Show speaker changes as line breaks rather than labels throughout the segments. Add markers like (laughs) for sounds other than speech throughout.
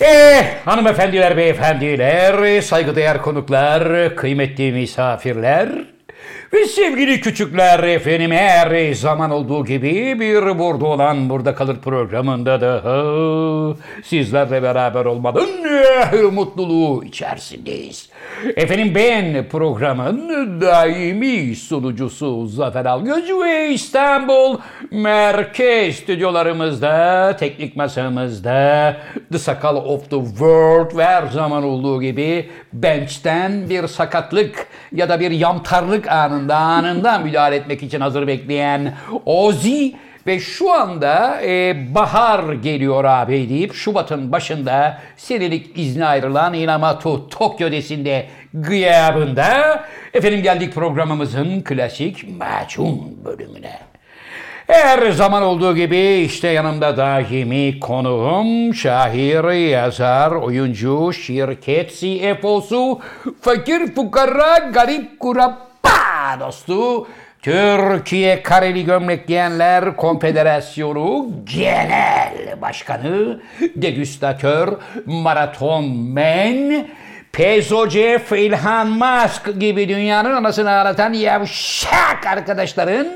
Eh, hanımefendiler, beyefendiler, saygıdeğer konuklar, kıymetli misafirler ve sevgili küçükler efendim her zaman olduğu gibi bir burada olan burada kalır programında da sizlerle beraber olmanın eh, mutluluğu içerisindeyiz. Efendim ben programın daimi sunucusu Zafer Algöz ve İstanbul merkez stüdyolarımızda, teknik masamızda The Sakal of the World ve her zaman olduğu gibi bench'ten bir sakatlık ya da bir yamtarlık anında anında müdahale etmek için hazır bekleyen Ozi ve şu anda e, bahar geliyor abi deyip Şubat'ın başında senelik izne ayrılan Inamatu Tokyo desinde gıyabında efendim geldik programımızın klasik macun bölümüne. Her zaman olduğu gibi işte yanımda daimi konuğum, şair, yazar, oyuncu, şirket CFO'su, fakir, fukara, garip, kurabba dostu, Türkiye Kareli Gömlek Giyenler Konfederasyonu Genel Başkanı, degüstatör, maraton men, Jeff, İlhan Musk gibi dünyanın anasını ağlatan yavşak arkadaşların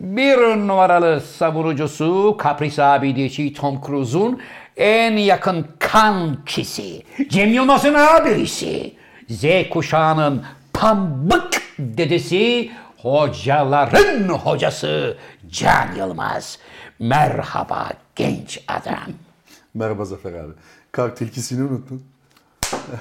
bir numaralı savunucusu Kapris abideci Tom Cruise'un en yakın kankisi, Cem Yılmaz'ın abisi, Z kuşağının pambık dedesi, hocaların hocası Can Yılmaz. Merhaba genç adam.
Merhaba Zafer abi. Kar tilkisini unuttun. (laughs)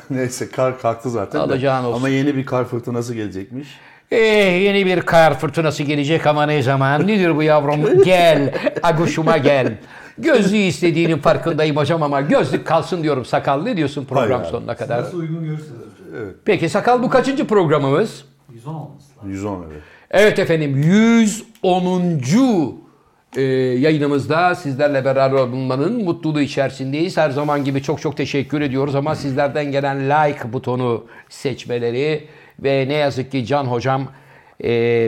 Neyse kar kalktı zaten. de.
Alacağın olsun.
Ama yeni bir kar fırtınası gelecekmiş.
Eh yeni bir kar fırtınası gelecek ama ne zaman? Nedir bu yavrum? Gel, aguşuma gel. Gözlüğü istediğinin farkındayım hocam ama gözlük kalsın diyorum sakal. Ne diyorsun program
Hayır abi.
sonuna kadar?
Nasıl uygun görürseniz hocam.
Peki sakal bu kaçıncı programımız?
110 olması lazım.
110 evet.
Evet efendim 110. e, yayınımızda sizlerle beraber olmanın mutluluğu içerisindeyiz. Her zaman gibi çok çok teşekkür ediyoruz ama sizlerden gelen like butonu seçmeleri ve ne yazık ki Can Hocam e,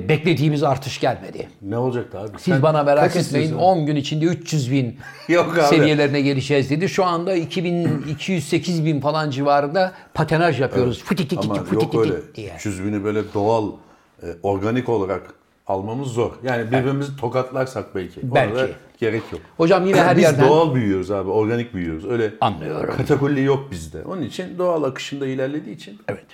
beklediğimiz artış gelmedi.
Ne olacaktı abi?
Siz
Sen
bana merak
kaç
etmeyin
istiyorsun?
10 gün içinde 300 bin
(laughs) Yok abi.
seviyelerine geleceğiz dedi. Şu anda 2208 bin falan civarında patenaj yapıyoruz. Fıtı tı tı
Ama
tı fıtı tı
yok
tı
öyle.
diye.
300 bini böyle doğal, e, organik olarak almamız zor. Yani birbirimizi tokatlarsak belki. Ona
Belki.
da gerek yok.
Hocam yine her
Biz
yerden
doğal büyüyoruz abi, organik büyüyoruz. Öyle
Anlıyorum.
katakulli yok bizde. Onun için doğal akışında ilerlediği için.
Evet.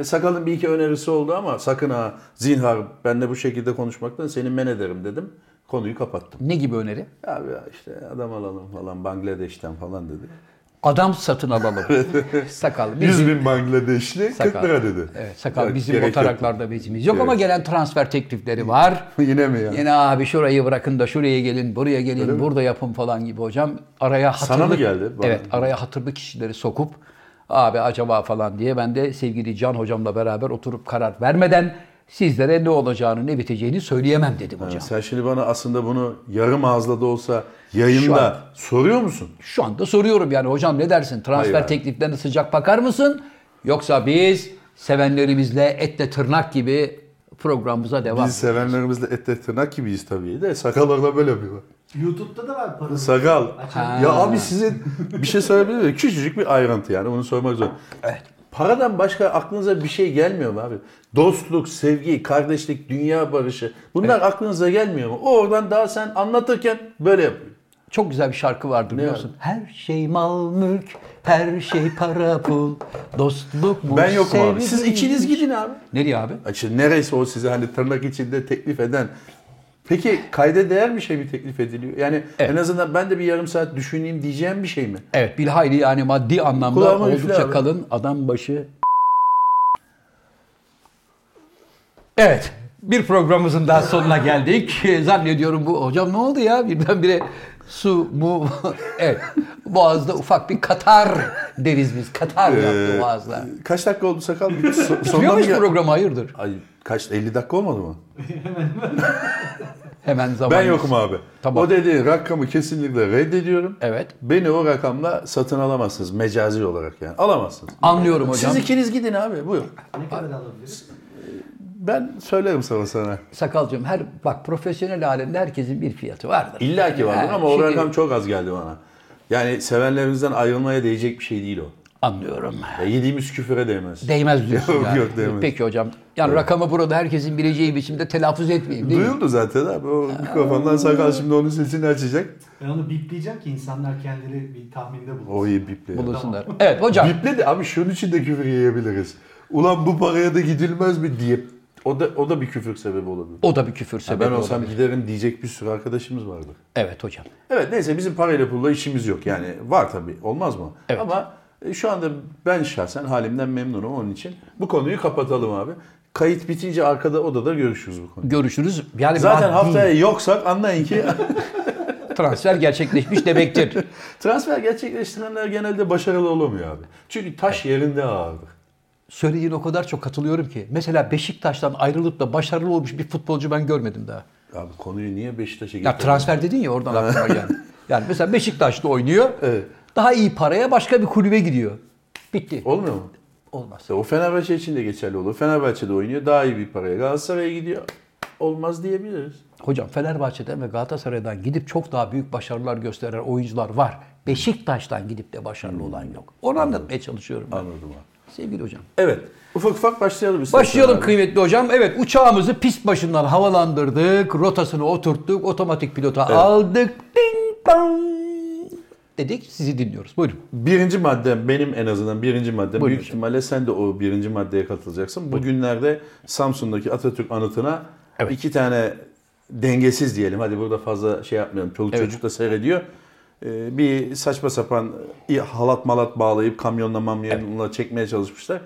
E, Sakalın bir iki önerisi oldu ama sakın ha zinhar benle bu şekilde konuşmaktan seni men ederim dedim. Konuyu kapattım.
Ne gibi öneri?
Abi ya işte adam alalım falan Bangladeş'ten falan dedi.
Adam satın
(laughs)
alalım. sakal.
100
Bizim,
bin Bangladeşli 40
sakal.
lira dedi.
Evet, sakal.
Evet,
bizim
gerek
o
yok.
taraklarda bezimiz yok ama gelen transfer teklifleri var.
(laughs) Yine mi ya?
Yine abi şurayı bırakın da şuraya gelin, buraya gelin, burada yapın falan gibi hocam. Araya hatırlı,
Sana mı geldi? Bana.
Evet, araya hatırlı kişileri sokup abi acaba falan diye ben de sevgili Can hocamla beraber oturup karar vermeden sizlere ne olacağını, ne biteceğini söyleyemem dedim hocam.
Sen şimdi bana aslında bunu yarım ağızla da olsa yayında soruyor musun?
Şu anda soruyorum yani hocam ne dersin? Transfer
Hayır abi.
tekliflerine sıcak bakar mısın? Yoksa biz sevenlerimizle etle tırnak gibi programımıza devam.
Biz sevenlerimizle etle tırnak gibiyiz tabii de sakallarda böyle bir var.
YouTube'da da var parası.
Sakal.
Ha.
Ya abi size bir şey sorabilir miyim? Küçücük bir ayrıntı yani onu sormak zor. Paradan başka aklınıza bir şey gelmiyor mu abi? Dostluk, sevgi, kardeşlik, dünya barışı bunlar aklınıza gelmiyor mu? O oradan daha sen anlatırken böyle yapıyor.
Çok güzel bir şarkı vardır biliyorsun. Her şey mal mülk, her şey para pul, dostluk mu?
Ben yokum abi.
sevgi
Siz
mi?
ikiniz gidin abi.
Nereye abi?
Açı neresi o size hani tırnak içinde teklif eden. Peki kayda değer bir şey mi teklif ediliyor? Yani en azından ben de bir yarım saat düşüneyim diyeceğim bir şey mi?
Evet bilhayli yani maddi anlamda
Kulağıma üfle
oldukça
abi.
kalın adam başı. Evet bir programımızın daha sonuna geldik. (laughs) Zannediyorum bu hocam ne oldu ya birdenbire su mu? (laughs) evet boğazda ufak bir katar deriz biz katar yaptı
Ee,
boğazda.
Kaç dakika oldu sakal? So-
Biliyor
sonuna mı
musun
gel-
programı hayırdır?
Ay kaç 50 dakika olmadı mı?
Hemen zaman.
Ben yokum abi.
Tamam.
O dediği rakamı kesinlikle reddediyorum.
Evet.
Beni o rakamla satın alamazsınız mecazi olarak yani. Alamazsınız.
Anlıyorum hocam.
Siz ikiniz gidin abi buyur.
Ne kadar alabiliriz?
Ben söylerim sana sana.
Sakalcığım her bak profesyonel alemde herkesin bir fiyatı vardır.
İlla ki vardır
Ha,
ama o
şimdi-
rakam çok az geldi bana. Yani sevenlerimizden ayrılmaya değecek bir şey değil o.
Anlıyorum.
Ya yediğimiz küfüre değmez.
Değmez diyorsun
Yok,
yani.
yok, değmez.
Peki hocam. Yani rakamı burada herkesin bileceği biçimde telaffuz etmeyeyim değil mi?
Duyuldu zaten abi. O mikrofondan sakal şimdi onun sesini açacak.
Ben onu bipleyeceğim ki insanlar kendileri bir tahminde bulunsun.
O iyi biple. ya.
Bulunsunlar. Evet hocam.
Biple de abi şunun için de küfür yiyebiliriz. Ulan bu paraya da gidilmez mi diye. O da o da bir küfür sebebi olabilir.
O da bir küfür
Ya
sebebi
ben olsam
olabilir.
giderim diyecek bir sürü arkadaşımız vardır.
Evet hocam.
Evet neyse bizim parayla pulla işimiz yok. Yani var tabii olmaz mı?
Evet.
Ama e, şu anda ben şahsen halimden memnunum onun için. Bu konuyu kapatalım abi. Kayıt bitince arkada odada görüşürüz bu konuyu.
Görüşürüz. Yani
Zaten
maddi
haftaya yoksak
(laughs)
anlayın ki
transfer gerçekleşmiş demektir. (laughs)
transfer gerçekleştirenler genelde başarılı olamıyor abi. Çünkü taş yerinde ağırdır.
Söylediğine o kadar çok katılıyorum ki. Mesela Beşiktaş'tan ayrılıp da başarılı olmuş bir futbolcu ben görmedim daha.
Abi konuyu niye Beşiktaş'a
Ya
getirdin?
transfer dedin ya oradan
(laughs)
aklıma geldi. Yani mesela Beşiktaş'ta oynuyor.
Evet.
Daha iyi paraya başka bir kulübe gidiyor. Bitti.
Olmuyor mu?
Olmaz.
İşte o Fenerbahçe için de geçerli olur. Fenerbahçe'de oynuyor daha iyi bir paraya. Galatasaray'a gidiyor. Olmaz diyebiliriz.
Hocam Fenerbahçe'den ve Galatasaray'dan gidip çok daha büyük başarılar gösteren oyuncular var. Beşiktaş'tan gidip de başarılı olan yok. Onu anlatmaya çalışıyorum ben.
Hmm. Anladım abi.
Sevgili hocam.
Evet. Ufak ufak başlayalım istersen
Başlayalım
abi.
kıymetli hocam. Evet uçağımızı pist başından havalandırdık. Rotasını oturttuk. Otomatik pilota aldık. Ding dong dedik. Sizi dinliyoruz. Buyurun.
Birinci madde benim en azından birinci madde.
Buyurun
Büyük
hocam.
ihtimalle sen de o birinci maddeye katılacaksın. Bugünlerde Samsun'daki Atatürk anıtına
Evet.
iki tane dengesiz diyelim. Hadi burada fazla şey yapmayalım. Çoluk
Evet.
çocuk da seyrediyor. Ee, Bir saçma sapan i- halat malat bağlayıp kamyonla mamyonla çekmeye çalışmışlar.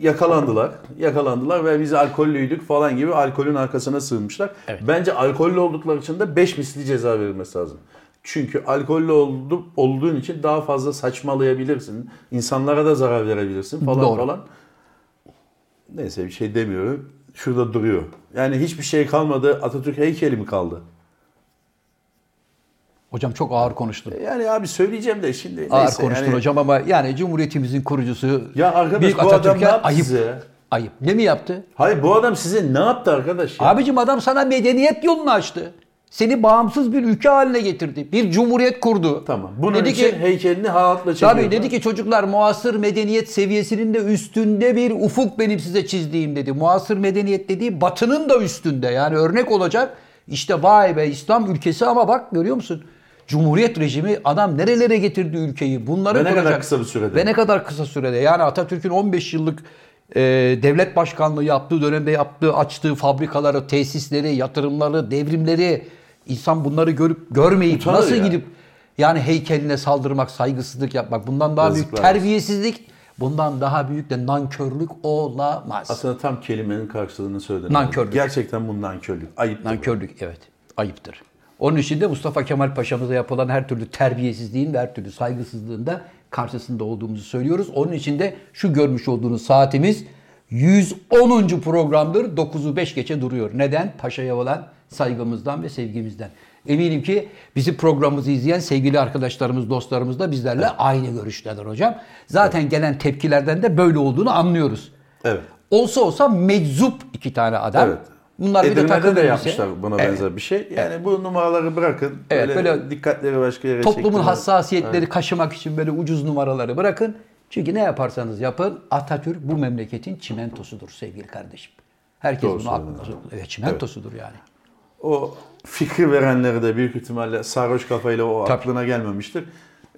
Yakalandılar. Yakalandılar ve biz alkollüydük falan gibi alkolün arkasına sığınmışlar.
Evet.
Bence alkollü oldukları için de 5 misli ceza verilmesi lazım. Çünkü alkollü oldu, olduğun için daha fazla saçmalayabilirsin. İnsanlara da zarar verebilirsin falan
Doğru.
falan. Neyse bir şey demiyorum. Şurada duruyor. Yani hiçbir şey kalmadı. Atatürk heykeli mi kaldı?
Hocam çok ağır konuştun.
Yani abi söyleyeceğim de şimdi neyse.
Ağır konuştun
yani-
hocam ama yani Cumhuriyetimizin kurucusu
Ya arkadaş
Büyük
bu adam
Atatürk'e
ne yaptı
ayıp.
size ya?
Ayıp. Ne mi yaptı?
Hayır bu adam size ne yaptı arkadaş ya?
Abicim adam sana medeniyet yolunu açtı. Seni bağımsız bir ülke haline getirdi. Bir cumhuriyet kurdu.
Tamam. Bunun
dedi
için şey
ki
heykelini halatla çekiyor.
tabii dedi ki çocuklar muasır medeniyet seviyesinin de üstünde bir ufuk benim size çizdiğim dedi. Muasır medeniyet dediği batının da üstünde. Yani örnek olacak. İşte vay be İslam ülkesi ama bak görüyor musun? Cumhuriyet rejimi adam nerelere getirdi ülkeyi? Bunları
Ve ne kadar
kuracak.
kısa bir sürede.
Ve ne kadar kısa sürede. Yani Atatürk'ün 15 yıllık e, devlet başkanlığı yaptığı dönemde yaptığı, açtığı fabrikaları, tesisleri, yatırımları, devrimleri insan bunları görüp görmeyip
Utanır
nasıl
ya.
gidip yani heykeline saldırmak, saygısızlık yapmak bundan daha büyük
Yazıklar olsun.
terbiyesizlik, bundan daha büyük de nankörlük olamaz.
Aslında tam kelimenin karşılığını söyledin.
Nankörlük.
Gerçekten bu nankörlük. Ayıp.
Nankörlük evet ayıptır. Onun için de Mustafa Kemal Paşa'mıza yapılan her türlü terbiyesizliğin ve her türlü saygısızlığın da karşısında olduğumuzu söylüyoruz. Onun için de şu görmüş olduğunuz saatimiz 110. programdır. 9'u 5 geçe duruyor. Neden? Paşa'ya olan saygımızdan ve sevgimizden. Eminim ki bizi programımızı izleyen sevgili arkadaşlarımız, dostlarımız da bizlerle aynı görüşteler hocam. Zaten gelen tepkilerden de böyle olduğunu anlıyoruz.
Evet.
Olsa olsa meczup iki tane adam.
Evet.
Bunlar bir de
Edirne'de
takım
de
elbise.
yapmışlar buna
Evet.
benzer bir şey. Yani bu numaraları bırakın.
Evet,
böyle,
böyle
dikkatleri başka yere
Toplumun
çektiler.
hassasiyetleri kaşımak için böyle ucuz numaraları bırakın. Çünkü ne yaparsanız yapın Atatürk bu memleketin çimentosudur sevgili kardeşim. Herkes
Doğru
bunu
söyledin
aklında tutmalı. Evet çimentosudur yani.
O fikri verenleri de büyük ihtimalle sarhoş kafayla o
Tabii.
aklına gelmemiştir.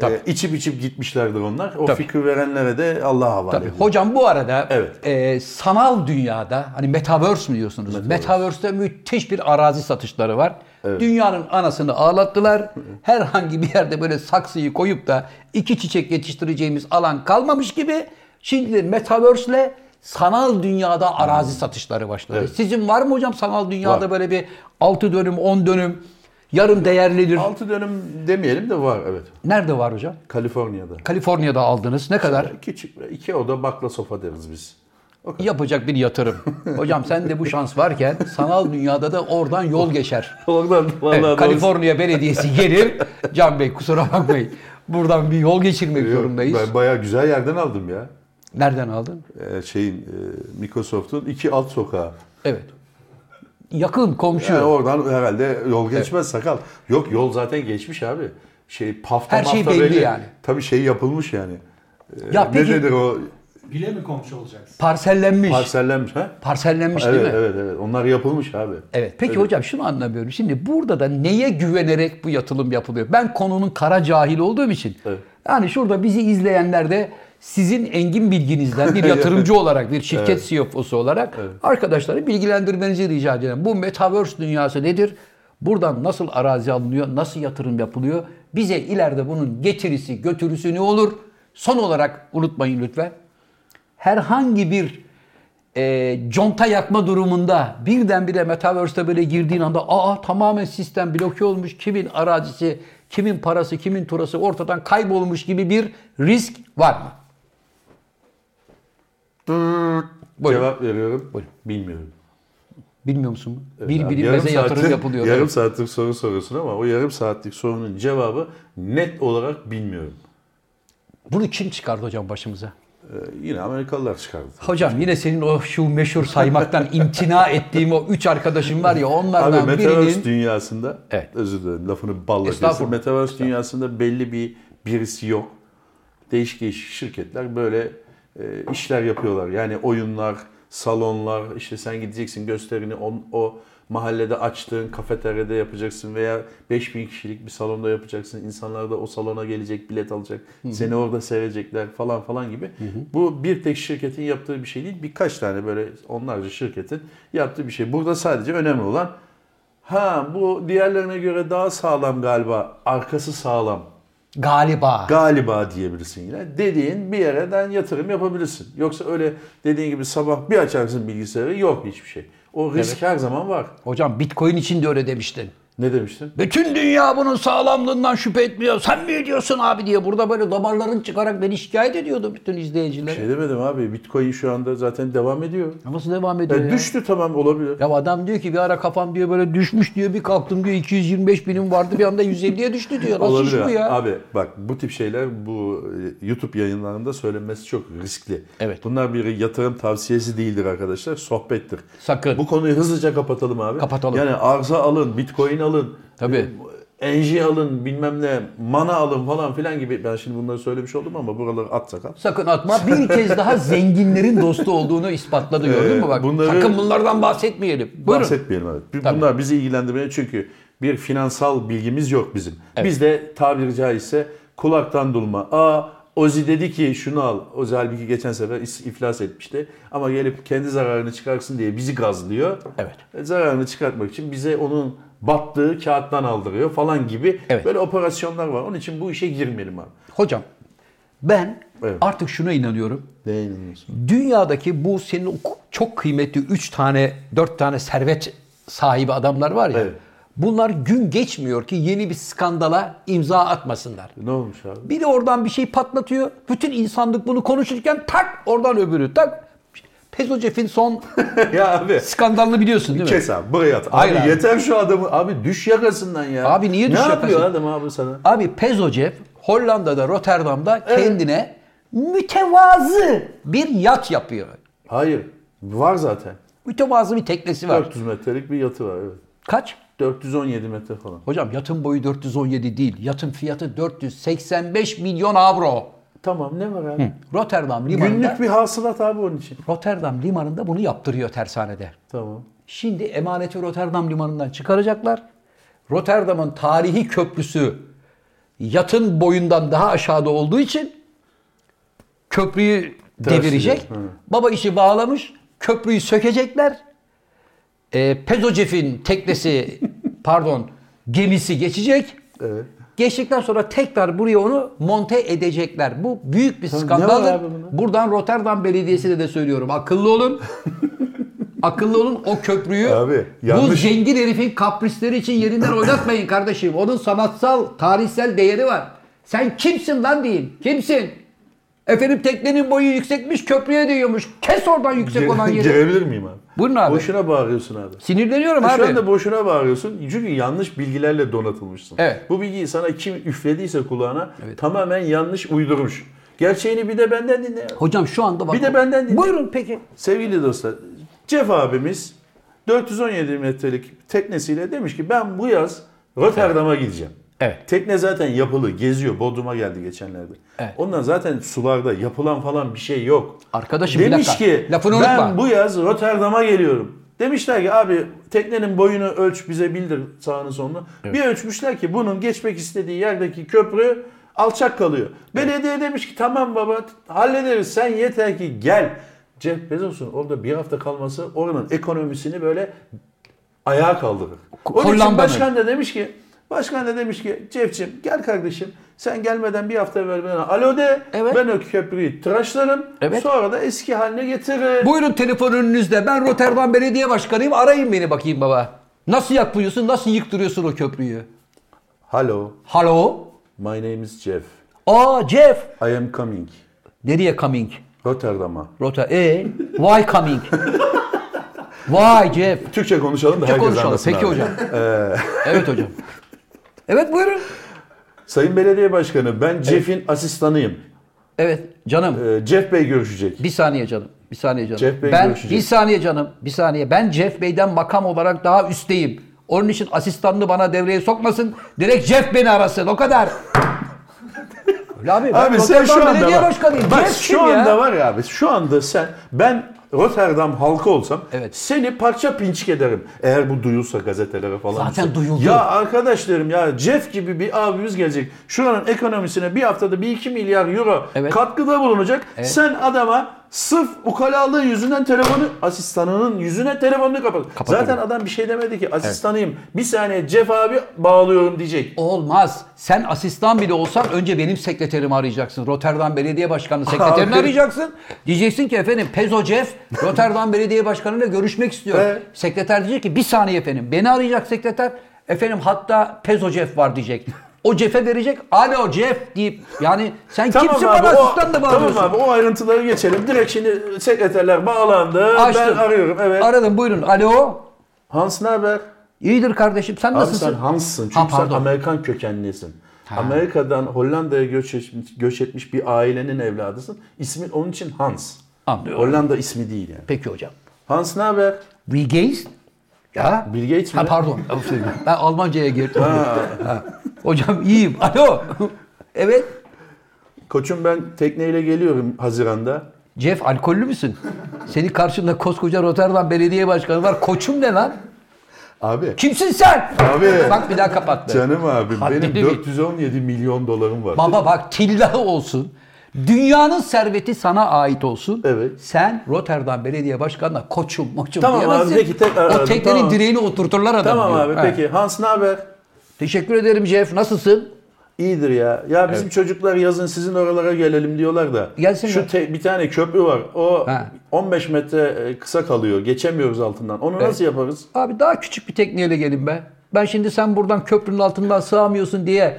Tabii.
Ee, içip içip gitmişlerdir onlar. O
Tabii.
fikri verenlere de Allah'a havale
Tabii.
ediyor.
Hocam bu arada
Evet.
e, sanal dünyada hani metaverse mi diyorsunuz? Metaverse'te müthiş bir arazi satışları var. Dünyanın anasını ağlattılar. Herhangi bir yerde böyle saksıyı koyup da iki çiçek yetiştireceğimiz alan kalmamış gibi şimdi de metaverse'le sanal dünyada arazi satışları başladı.
Evet.
Sizin var mı hocam sanal dünyada
Var.
böyle bir 6 dönüm, 10 dönüm yarım değerlidir?
Altı dönüm demeyelim de var evet.
Nerede var hocam?
Kaliforniya'da.
Kaliforniya'da aldınız. Ne kadar?
Küçük iki oda bakla sofa deriz biz. (laughs) O kadar.
yapacak bir
(laughs)
yatırım. Hocam sen de bu şans varken sanal dünyada da oradan yol geçer.
Oradan vallahi
Evet,
doğru
Kaliforniya Belediyesi gelir. Can Bey kusura bakmayın. Buradan bir yol geçirmek
Yok,
zorundayız.
Ben bayağı güzel yerden aldım ya.
Nereden aldın?
Ee, şeyin e, Microsoft'un iki alt sokağı.
Evet. Yakın komşu.
Yani oradan herhalde yol geçmez sakal. Yok yol zaten geçmiş abi. Şey pafta
Her şey
mafta
belli yani.
Tabii şey yapılmış yani.
Ya
ne
peki-
denir o
Bile mi komşu olacaksın?
Parsellenmiş.
parsellenmiş ha?
Parsellenmiş
Evet,
değil mi? Evet.
evet evet onlar yapılmış abi.
Peki hocam şunu anlamıyorum. Şimdi burada da neye güvenerek bu yatılım yapılıyor? Ben konunun kara cahil olduğum için.
Evet.
Yani şurada bizi izleyenler de sizin engin bilginizden bir yatırımcı olarak, bir şirket CEO'su olarak arkadaşları bilgilendirmenizi rica edeceğim. Bu metaverse dünyası nedir? Buradan nasıl arazi alınıyor? Nasıl yatırım yapılıyor? Bize ileride bunun getirisi, götürüsü ne olur? Son olarak unutmayın lütfen. herhangi bir e, conta yakma durumunda birdenbire Metaverse'de böyle girdiğin anda aa tamamen sistem bloke olmuş, kimin arazisi, kimin parası, kimin turası ortadan kaybolmuş gibi bir risk var mı? Buyurun.
Cevap veriyorum. Bilmiyorum.
Bilmiyor musun? bunu? bir
Abi, Ee, yarım
bilinmeze yatırım
saatlik-
yapılıyor.
Yarım saatlik soru soruyorsun ama o yarım saatlik sorunun cevabı net olarak bilmiyorum.
Bunu kim çıkardı hocam başımıza?
Ee, yine Amerikalılar çıkardı.
Hocam yine senin o şu meşhur
(laughs)
saymaktan imtina ettiğim o üç arkadaşım var ya onlardan
Abi Metaverse
birinin...
dünyasında,
Evet.
özür dilerim lafını balla
Estağfurullah.
kesin. Metaverse dünyasında belli bir birisi yok. Değişik değişik şirketler böyle e, işler yapıyorlar. Yani oyunlar, salonlar, işte sen gideceksin gösterini on, o mahallede açtığın kafeteryada yapacaksın veya 5000 kişilik bir salonda yapacaksın. İnsanlar da o salona gelecek, bilet alacak, seni orada seyredecekler falan falan gibi. Bu bir tek şirketin yaptığı bir şey değil. Birkaç tane böyle onlarca şirketin yaptığı bir şey. Burada sadece önemli olan Ha bu diğerlerine göre daha sağlam galiba. Arkası sağlam.
Galiba.
Galiba diyebilirsin yine. Dediğin bir yerden yatırım yapabilirsin. Yoksa öyle dediğin gibi sabah bir açarsın bilgisayarı yok hiçbir şey. O risk her zaman var.
Hocam Bitcoin için de öyle demiştin.
Ne demiştin?
Bütün dünya bunun sağlamlığından şüphe etmiyor. Sen mi ediyorsun abi diye burada böyle damarların çıkarak beni şikayet ediyordu bütün izleyiciler.
Şey demedim abi Bitcoin şu anda zaten devam ediyor.
Nasıl devam ediyor
E,
ya?
düştü tamam olabilir.
Ya adam diyor ki bir ara kafam diyor böyle düşmüş diyor bir kalktım diyor 225 binim vardı bir anda 150'ye düştü diyor. Nasıl iş
Olabilir.
bu ya?
Abi bak bu tip şeyler bu e, YouTube yayınlarında söylenmesi çok riskli.
Evet.
Bunlar bir yatırım tavsiyesi değildir arkadaşlar. Sohbettir.
Sakın.
Bu konuyu hızlıca kapatalım abi.
Kapatalım.
Yani arsa alın, bitcoin alın.
Tabii.
e, Enji alın, bilmem ne, mana alın falan filan gibi. Ben şimdi bunları söylemiş oldum ama buraları at sakal.
Sakın atma. Bir kez daha zenginlerin dostu olduğunu ispatladı gördün mü
Ee,
bak.
bunları-
Sakın bunlardan bahsetmeyelim. Buyurun.
Bahsetmeyelim evet. Bir-
Tabii.
Bunlar bizi ilgilendirmiyor çünkü bir finansal bilgimiz yok bizim. Biz de tabiri caizse kulaktan dolma. Aa Ozi dedi ki şunu al. Ozi halbuki geçen sefer is- iflas etmişti. Ama gelip kendi zararını çıkarsın diye bizi gazlıyor.
Evet.
E, Zararını çıkartmak için bize onun battığı kağıttan aldırıyor falan gibi
Evet.
böyle operasyonlar var. Onun için bu işe girmeyelim abi.
Hocam ben
Evet.
artık şuna inanıyorum.
Ne inanıyorsun?
Dünyadaki bu senin o çok kıymetli 3 tane 4 tane servet sahibi adamlar var ya.
Evet.
Bunlar gün geçmiyor ki yeni bir skandala imza atmasınlar.
Ne olmuş abi? (laughs)
Bir de oradan bir şey patlatıyor. Bütün insanlık bunu konuşurken tak oradan öbürü tak. Pezocef'in
(laughs)
son
ya abi.
skandalını biliyorsun değil mi?
Kes abi buraya at. Abi
Hayır abi.
yeter şu adamı. Abi düş yakasından ya.
Abi niye düş
Ne yapıyor
yakasın?
adam abi sana?
Abi Pezocev Hollanda'da Rotterdam'da kendine mütevazı bir yat yapıyor.
Hayır. Var zaten.
Mütevazı bir teknesi var.
400 metrelik bir yatı var evet.
Kaç?
417 metre falan.
Hocam yatın boyu 417 değil. Yatın fiyatı 485 milyon avro.
Tamam ne var abi?
Rotterdam limanında
Günlük bir hasılat abi onun için.
Rotterdam limanında bunu yaptırıyor tersanede.
Tamam.
Şimdi emaneti Rotterdam limanından çıkaracaklar. Rotterdam'ın tarihi köprüsü yatın boyundan daha aşağıda olduğu için köprüyü
Ters
devirecek.
gidiyor, hı.
Baba işi bağlamış. Köprüyü sökecekler. E, Pezocev'in
(laughs)
teknesi pardon gemisi geçecek.
Evet.
Geçtikten sonra tekrar buraya onu monte edecekler. Bu büyük bir
ne var
skandaldır.
abi bunda?
Buradan Rotterdam Belediyesi'ne de söylüyorum. Akıllı
(laughs)
olun. Akıllı olun o köprüyü.
Abi,
Bu
yanlış-
zengin herifin kaprisleri için yerinden oynatmayın kardeşim. Onun sanatsal, tarihsel değeri var. Sen kimsin lan deyin. Kimsin? Efendim teknenin boyu yüksekmiş köprüye değiyormuş. Kes oradan yüksek
(laughs)
olan
Gire-
yeri.
Girebilir miyim abi?
Buyurun abi.
Boşuna bağırıyorsun abi.
Sinirleniyorum
Şu
abi.
anda boşuna bağırıyorsun çünkü yanlış bilgilerle donatılmışsın.
Evet.
Bu bilgiyi sana kim üflediyse kulağına tamamen yanlış uydurmuş. Gerçeğini bir de benden dinle. ya.
Hocam şu anda bak.
Bir de benden dinle.
Buyurun peki.
Sevgili dostlar, Cef abimiz 417 metrelik teknesiyle demiş ki ben bu yaz Rotterdam'a gideceğim.
Evet.
Tekne zaten yapılı, geziyor. Bodrum'a geldi geçenlerde.
Evet.
Ondan zaten sularda yapılan falan bir şey yok.
Arkadaşım, bir
Demiş
dakika.
ki
Lafını
ben
unutma."
bu yaz Rotterdam'a geliyorum. Demişler ki abi teknenin boyunu ölç bize bildir sağını sonunu. Bir ölçmüşler ki bunun geçmek istediği yerdeki köprü alçak kalıyor. Belediye demiş ki tamam baba hallederiz sen yeter ki gel. Jeff Bezos'un orada bir hafta kalması oranın ekonomisini böyle ayağa kaldırır. Onun için
Hollanda'nın.
başkan da demiş ki Başkan da demiş ki Cevçim gel kardeşim sen gelmeden bir hafta evvel bana alo de
Evet.
ben o köprüyü tıraşlarım
Evet.
sonra da eski haline getiririm.
Buyurun telefon önünüzde. Ben Rotterdam Belediye Başkanıyım. Arayın beni bakayım baba. Nasıl yapıyorsun? Nasıl yıktırıyorsun o köprüyü?
Hello
Hello?
my name is Jeff.
Aa Jeff.
I am coming.
Nereye coming?
Rotterdam'a.
Rota. E, why coming? why Jeff?
Türkçe konuşalım da
Türkçe
herkes
konuşalım.
anlasın
Peki
abi.
hocam. evet hocam. Evet buyurun.
Sayın Belediye Başkanı ben Jeff'in asistanıyım.
Evet canım.
Ee, Jeff Bey görüşecek.
Bir saniye canım. Bir saniye canım.
Jeff Bey
ben
görüşecek.
bir saniye canım. Bir saniye. Ben Jeff Bey'den makam olarak daha üstteyim. Onun için asistanını bana devreye sokmasın. Direkt Jeff beni arasın. O kadar. Öyle abi. ben
Abi sen şu
Rotterdam
anda
belediye
bak,
başkanıyım.
bak
Jeff
şu
kim ya?
anda var ya abi şu anda sen ben Rotterdam halkı olsam
Evet.
seni parça pinçik ederim. Eğer bu duyulsa gazetelere falan.
Zaten
düşse.
duyuldu.
Ya arkadaşlarım ya Jeff gibi bir abimiz gelecek. Şuranın ekonomisine bir haftada bir iki milyar euro
Evet.
katkıda bulunacak. Sen adama sırf ukalalığı yüzünden telefonu asistanının yüzüne telefonunu kapat.
Kapatıyor.
Zaten adam bir şey demedi ki asistanıyım. Bir saniye Jeff abi bağlıyorum diyecek.
Olmaz. Sen asistan bile olsan önce benim sekreterimi arayacaksın. Rotterdam Belediye
(laughs)
Başkanı sekreterini
Abi.
arayacaksın. Diyeceksin ki efendim Pezo Jeff Rotterdam Belediye Başkanı'yla görüşmek istiyor.
Evet.
Sekreter diyecek ki bir saniye efendim. Beni arayacak sekreter. Efendim hatta Pezo Jeff var diyecek. O Jeff'e verecek. Alo Jeff deyip yani sen kimsin bana
o-
asistan da bağırıyorsun?
Tamam abi o ayrıntıları geçelim. Direkt şimdi sekreterler bağlandı.
Açtım.
Ben arıyorum evet.
Aradım buyurun. Alo.
Hans ne haber?
İyidir kardeşim sen
Abi
nasılsın?
sen Hans'sın çünkü
Ha,
sen
pardon.
Amerikan kökenlisin. Amerika'dan Hollanda'ya göç etmiş, göç etmiş bir ailenin evladısın. İsmin onun için Hans.
Anlıyorum.
Hollanda ismi değil yani.
Peki hocam.
Hans ne haber?
Bill Gates? Ya?
Bill Gates mi?
Ha pardon. ben Almanca'ya girdim. Ha. Hocam iyiyim. Alo. evet.
Koçum ben tekneyle geliyorum Haziran'da.
Jeff alkollü müsün? Senin karşında koskoca Rotterdam Belediye Başkanı var. Koçum ne lan?
Abi.
Kimsin sen?
Abi.
Bak bir daha kapattı.
Canım abim benim
Haddini bil.
417 milyon dolarım var.
Baba bak tillahı olsun. Dünyanın serveti sana ait olsun.
Evet.
Sen Rotterdam Belediye Başkanı'na koçum moçum
Tamam abi,
diyemezsin.
peki, tekrar
o
aradım,
teknenin
tamam.
direğini oturturlar adam
Tamam
diyor.
abi
Ha.
peki Hans ne haber?
Teşekkür ederim Jeff. Nasılsın?
İyidir ya. Ya bizim çocuklar yazın sizin oralara gelelim diyorlar da.
Gelsinler.
Şu te- bir tane köprü var. O
Ha.
15 metre e, kısa kalıyor. Geçemiyoruz altından. Onu nasıl yaparız?
Abi daha küçük bir tekneyle gelin be. Ben şimdi sen buradan köprünün altından sığamıyorsun diye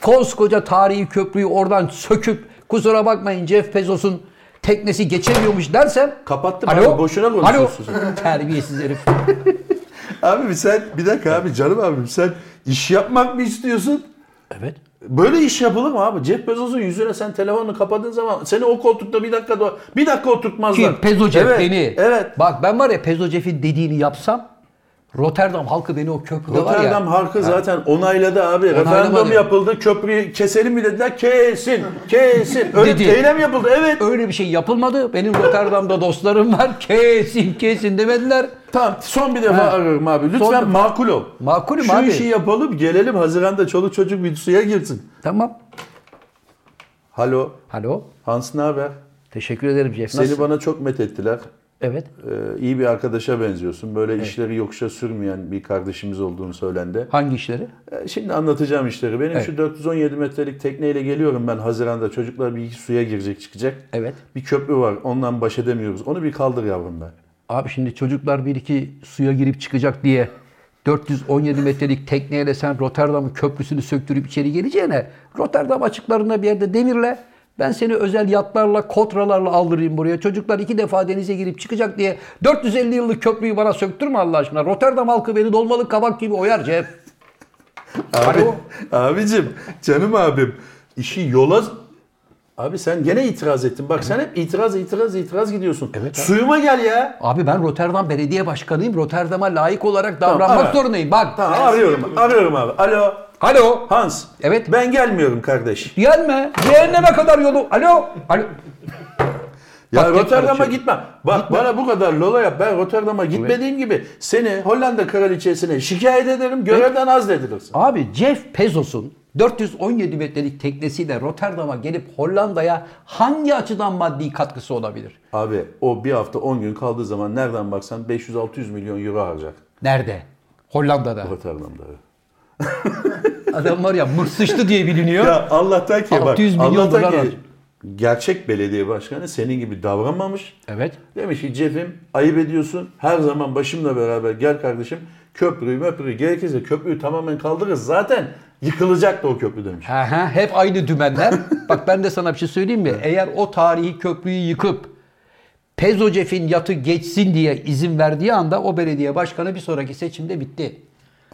koskoca tarihi köprüyü oradan söküp kusura bakmayın Jeff Bezos'un teknesi geçemiyormuş dersem
Kapattım
Alo?
abi. Boşuna
Alo.
konuşuyorsun.
(laughs) Terbiyesiz herif.
Abi sen bir dakika abi canım abim sen iş yapmak mı istiyorsun?
Evet.
Böyle iş yapılır mı abi? Jeff Bezos'un yüzüne sen telefonunu kapadığın zaman seni o koltukta bir dakika da bir dakika oturtmazlar.
Kim? Pezo Jeff
evet,
beni.
Evet.
Bak ben var ya Pezo Jeff'in dediğini yapsam Rotterdam halkı beni o köprüde var ya.
Rotterdam halkı zaten onayladı abi. Referandum
Onaylamadı.
yapıldı. Köprüyü keselim mi
(laughs)
dediler? Kesin. Kesin. Öyle
Dedi.
bir eylem yapıldı. Evet.
Öyle bir şey yapılmadı. Benim Rotterdam'da dostlarım var. (laughs) Kesin kesin demediler.
Tamam. Son bir defa
Ha.
arıyorum abi. Lütfen
Son defa.
makul ol.
Makulüm
Şu
abi.
işi yapalım. Gelelim Haziran'da çoluk çocuk bir suya girsin.
Tamam.
Halo.
Alo.
Hans ne haber?
Teşekkür ederim Jeff.
Seni
Nasılsın?
bana çok met ettiler.
Evet.
Ee, iyi bir arkadaşa benziyorsun. Böyle işleri yokuşa sürmeyen bir kardeşimiz olduğunu söylendi.
Hangi işleri?
Ee, Şimdi anlatacağım işleri. Benim
Evet.
şu 417 metrelik tekneyle geliyorum ben Haziran'da. Çocuklar bir iki suya girecek çıkacak.
Evet.
Bir köprü var. Ondan baş edemiyoruz. Onu bir kaldır yavrum ben.
Abi şimdi çocuklar bir iki suya girip çıkacak diye 417 metrelik tekneyle sen Rotterdam'ın köprüsünü söktürüp içeri geleceğine Rotterdam açıklarında bir yerde demirle ben seni özel yatlarla, kotralarla aldırayım buraya. Çocuklar iki defa denize girip çıkacak diye 450 yıllık köprüyü bana söktürme Allah aşkına. Rotterdam halkı beni dolmalık kabak gibi oyar Cep.
Abi,
Alo.
abicim, canım abim. işi yola... Abi sen gene itiraz ettin. Bak sen hep itiraz, itiraz, itiraz gidiyorsun. Suyuma gel ya.
Abi ben Rotterdam Belediye Başkanıyım. Rotterdam'a layık olarak davranmak
evet.
zorundayım. Bak
Tamam arıyorum. Arıyorum abi. Alo.
Alo.
Hans.
Evet.
Ben gelmiyorum kardeş.
Gelme. Cehenneme kadar yolu. Alo. Alo.
Ya
Bak,
Rotterdam'a
tekrar
gitme. Bak bana bu kadar lola yap. Ben Rotterdam'a gitmediğim gibi seni Hollanda kraliçesine şikayet ederim. Görevden azledilirsin.
Abi Jeff Bezos'un 417 metrelik teknesiyle Rotterdam'a gelip Hollanda'ya hangi açıdan maddi katkısı olabilir?
Abi o bir hafta 10 gün kaldığı zaman nereden baksan 500-600 milyon euro harcar.
Nerede? Hollanda'da.
Rotterdam'da.
Adam var ya mırsıştı diye biliniyor.
Ya Allah'tan ki bak.
600 milyon dolar
Allah'tan ki gerçek belediye başkanı senin gibi davranmamış.
Evet.
Demiş ki Cef'im ayıp ediyorsun. Her zaman başımla beraber gel kardeşim. Köprüyü möprüyü gerekirse köprüyü tamamen kaldırırız. Zaten yıkılacaktı o köprü demiş.
Ha ha, hep aynı dümenler. Bak ben de sana bir şey söyleyeyim mi? Eğer o tarihi köprüyü yıkıp Pezocef'in yatı geçsin diye izin verdiği anda o belediye başkanı bir sonraki seçimde bitti.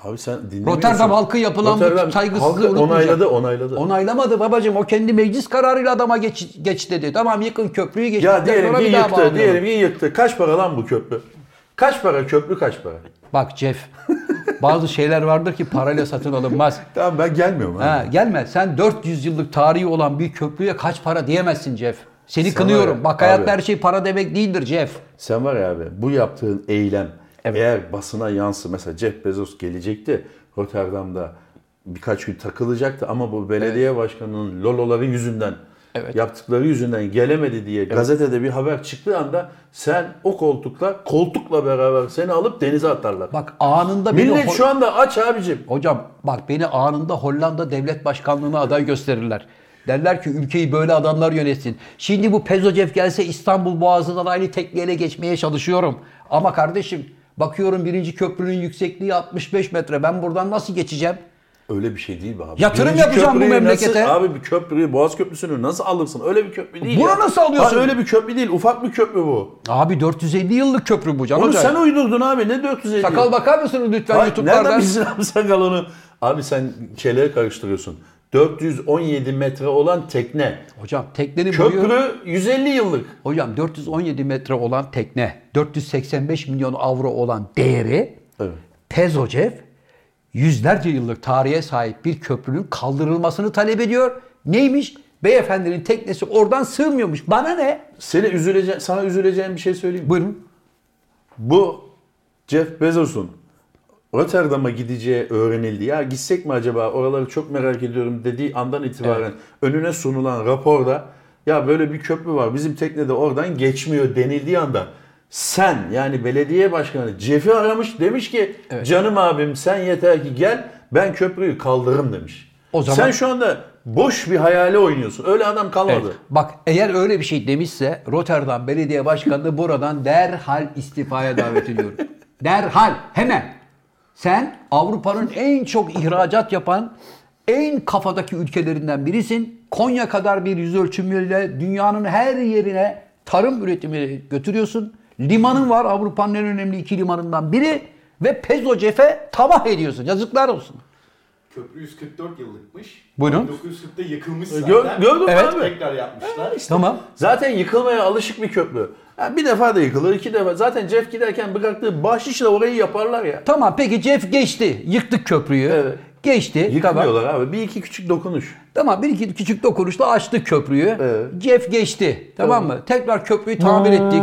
Abi sen dinlemiyorsun.
Rotterdam halkı yapılan
Rotterdam
bu saygısızlığı
halkı
unutmayacak.
onayladı onayladı.
Onaylamadı babacığım. O kendi meclis kararıyla adama geç, geç dedi. Tamam yıkın köprüyü geçin.
ya diyelim
Sonra
ki
bir daha
yıktı,
bağlayalım.
diyelim ki yıktı. Kaç para lan bu köprü? Kaç para köprü kaç para?
Bak Jeff bazı şeyler vardır ki parayla satın alınmaz.
Tamam ben gelmiyorum. abi.
Ha, gelme sen 400 yıllık tarihi olan bir köprüye kaç para diyemezsin Jeff. Seni
Sana
kınıyorum.
ya,
Bak hayatta
abi.
her şey para demek değildir Jeff.
Sen var ya abi bu yaptığın eylem eğer basına yansı mesela Jeff Bezos gelecekti Rotterdam'da birkaç gün takılacaktı ama bu belediye başkanının loloları yüzünden
Evet.
yaptıkları yüzünden gelemedi diye gazetede bir haber çıktığı anda sen o koltukla koltukla beraber seni alıp denize atarlar.
Bak anında beni
Millet
Ho-
şu anda aç abicim.
Hocam bak beni anında Hollanda devlet başkanlığına aday gösterirler. Derler ki ülkeyi böyle adamlar yönetsin. Şimdi bu Pezocev gelse İstanbul Boğazı'ndan aynı tekneyle geçmeye çalışıyorum. Ama kardeşim bakıyorum birinci köprünün yüksekliği 65 metre. Ben buradan nasıl geçeceğim?
Öyle bir şey değil be abi.
Yatırım yapacağım bu
köprüyü
memlekete.
Nasıl, abi bir köprüyü Boğaz Köprüsü'nü nasıl alırsın? Öyle bir köprü değil
Bunu
ya.
nasıl alıyorsun?
Abi öyle bir köprü değil. Ufak bir köprü bu.
Abi 450 yıllık köprü bu canım.
Onu sen
hocam.
uydurdun abi. Ne 450?
Sakal bakar mısınız lütfen
Hayır, Nereden
YouTube'lardan?
bilsin abi (laughs) sakal onu? Abi sen şeyleri karıştırıyorsun. 417 metre olan tekne.
Hocam teknenin boyu...
Köprü 150 yıllık.
Hocam 417 metre olan tekne, 485 milyon avro olan değeri
Evet.
Pezocev yüzlerce yıllık tarihe sahip bir köprünün kaldırılmasını talep ediyor. Neymiş? Beyefendinin teknesi oradan sığmıyormuş. Bana ne?
Seni üzülece sana üzüleceğim bir şey söyleyeyim. mi?
Buyurun.
Bu Jeff Bezos'un Rotterdam'a gideceği öğrenildi. Ya gitsek mi acaba oraları çok merak ediyorum dediği andan itibaren önüne sunulan raporda ya böyle bir köprü var bizim tekne de oradan geçmiyor denildiği anda sen yani belediye başkanı Jeff'i aramış demiş ki canım abim sen yeter ki gel ben köprüyü kaldırırım demiş.
O zaman-
Sen şu anda boş bir hayale oynuyorsun. Öyle adam kalmadı.
Bak eğer öyle bir şey demişse Rotterdam Belediye Başkanı buradan derhal istifaya davet ediyorum. derhal, hemen. Sen Avrupa'nın en çok ihracat yapan en kafadaki ülkelerinden birisin. Konya kadar bir yüz ölçümüyle dünyanın her yerine tarım üretimi götürüyorsun. Limanın var Avrupa'nın en önemli iki limanından biri ve Pezocef'e tabah ediyorsun. Yazıklar olsun.
Köprü 144 yıllıkmış.
Buyurun.
1940'da yıkılmış
Gör-
zaten.
E, gördün mü
Evet.
abi?
Tekrar yapmışlar.
Tamam.
Zaten yıkılmaya alışık bir köprü. Ya bir defa da yıkılır, iki defa. Zaten Jeff giderken bıraktığı bahşişle orayı yaparlar ya.
Tamam peki Jeff geçti. Yıktık köprüyü.
Evet.
Geçti. Tamam.
Yıkmıyorlar abi. Bir iki küçük dokunuş.
Tamam bir iki küçük dokunuşla açtık köprüyü.
Evet.
Jeff geçti. Tamam mı? Tekrar köprüyü tamir ettik.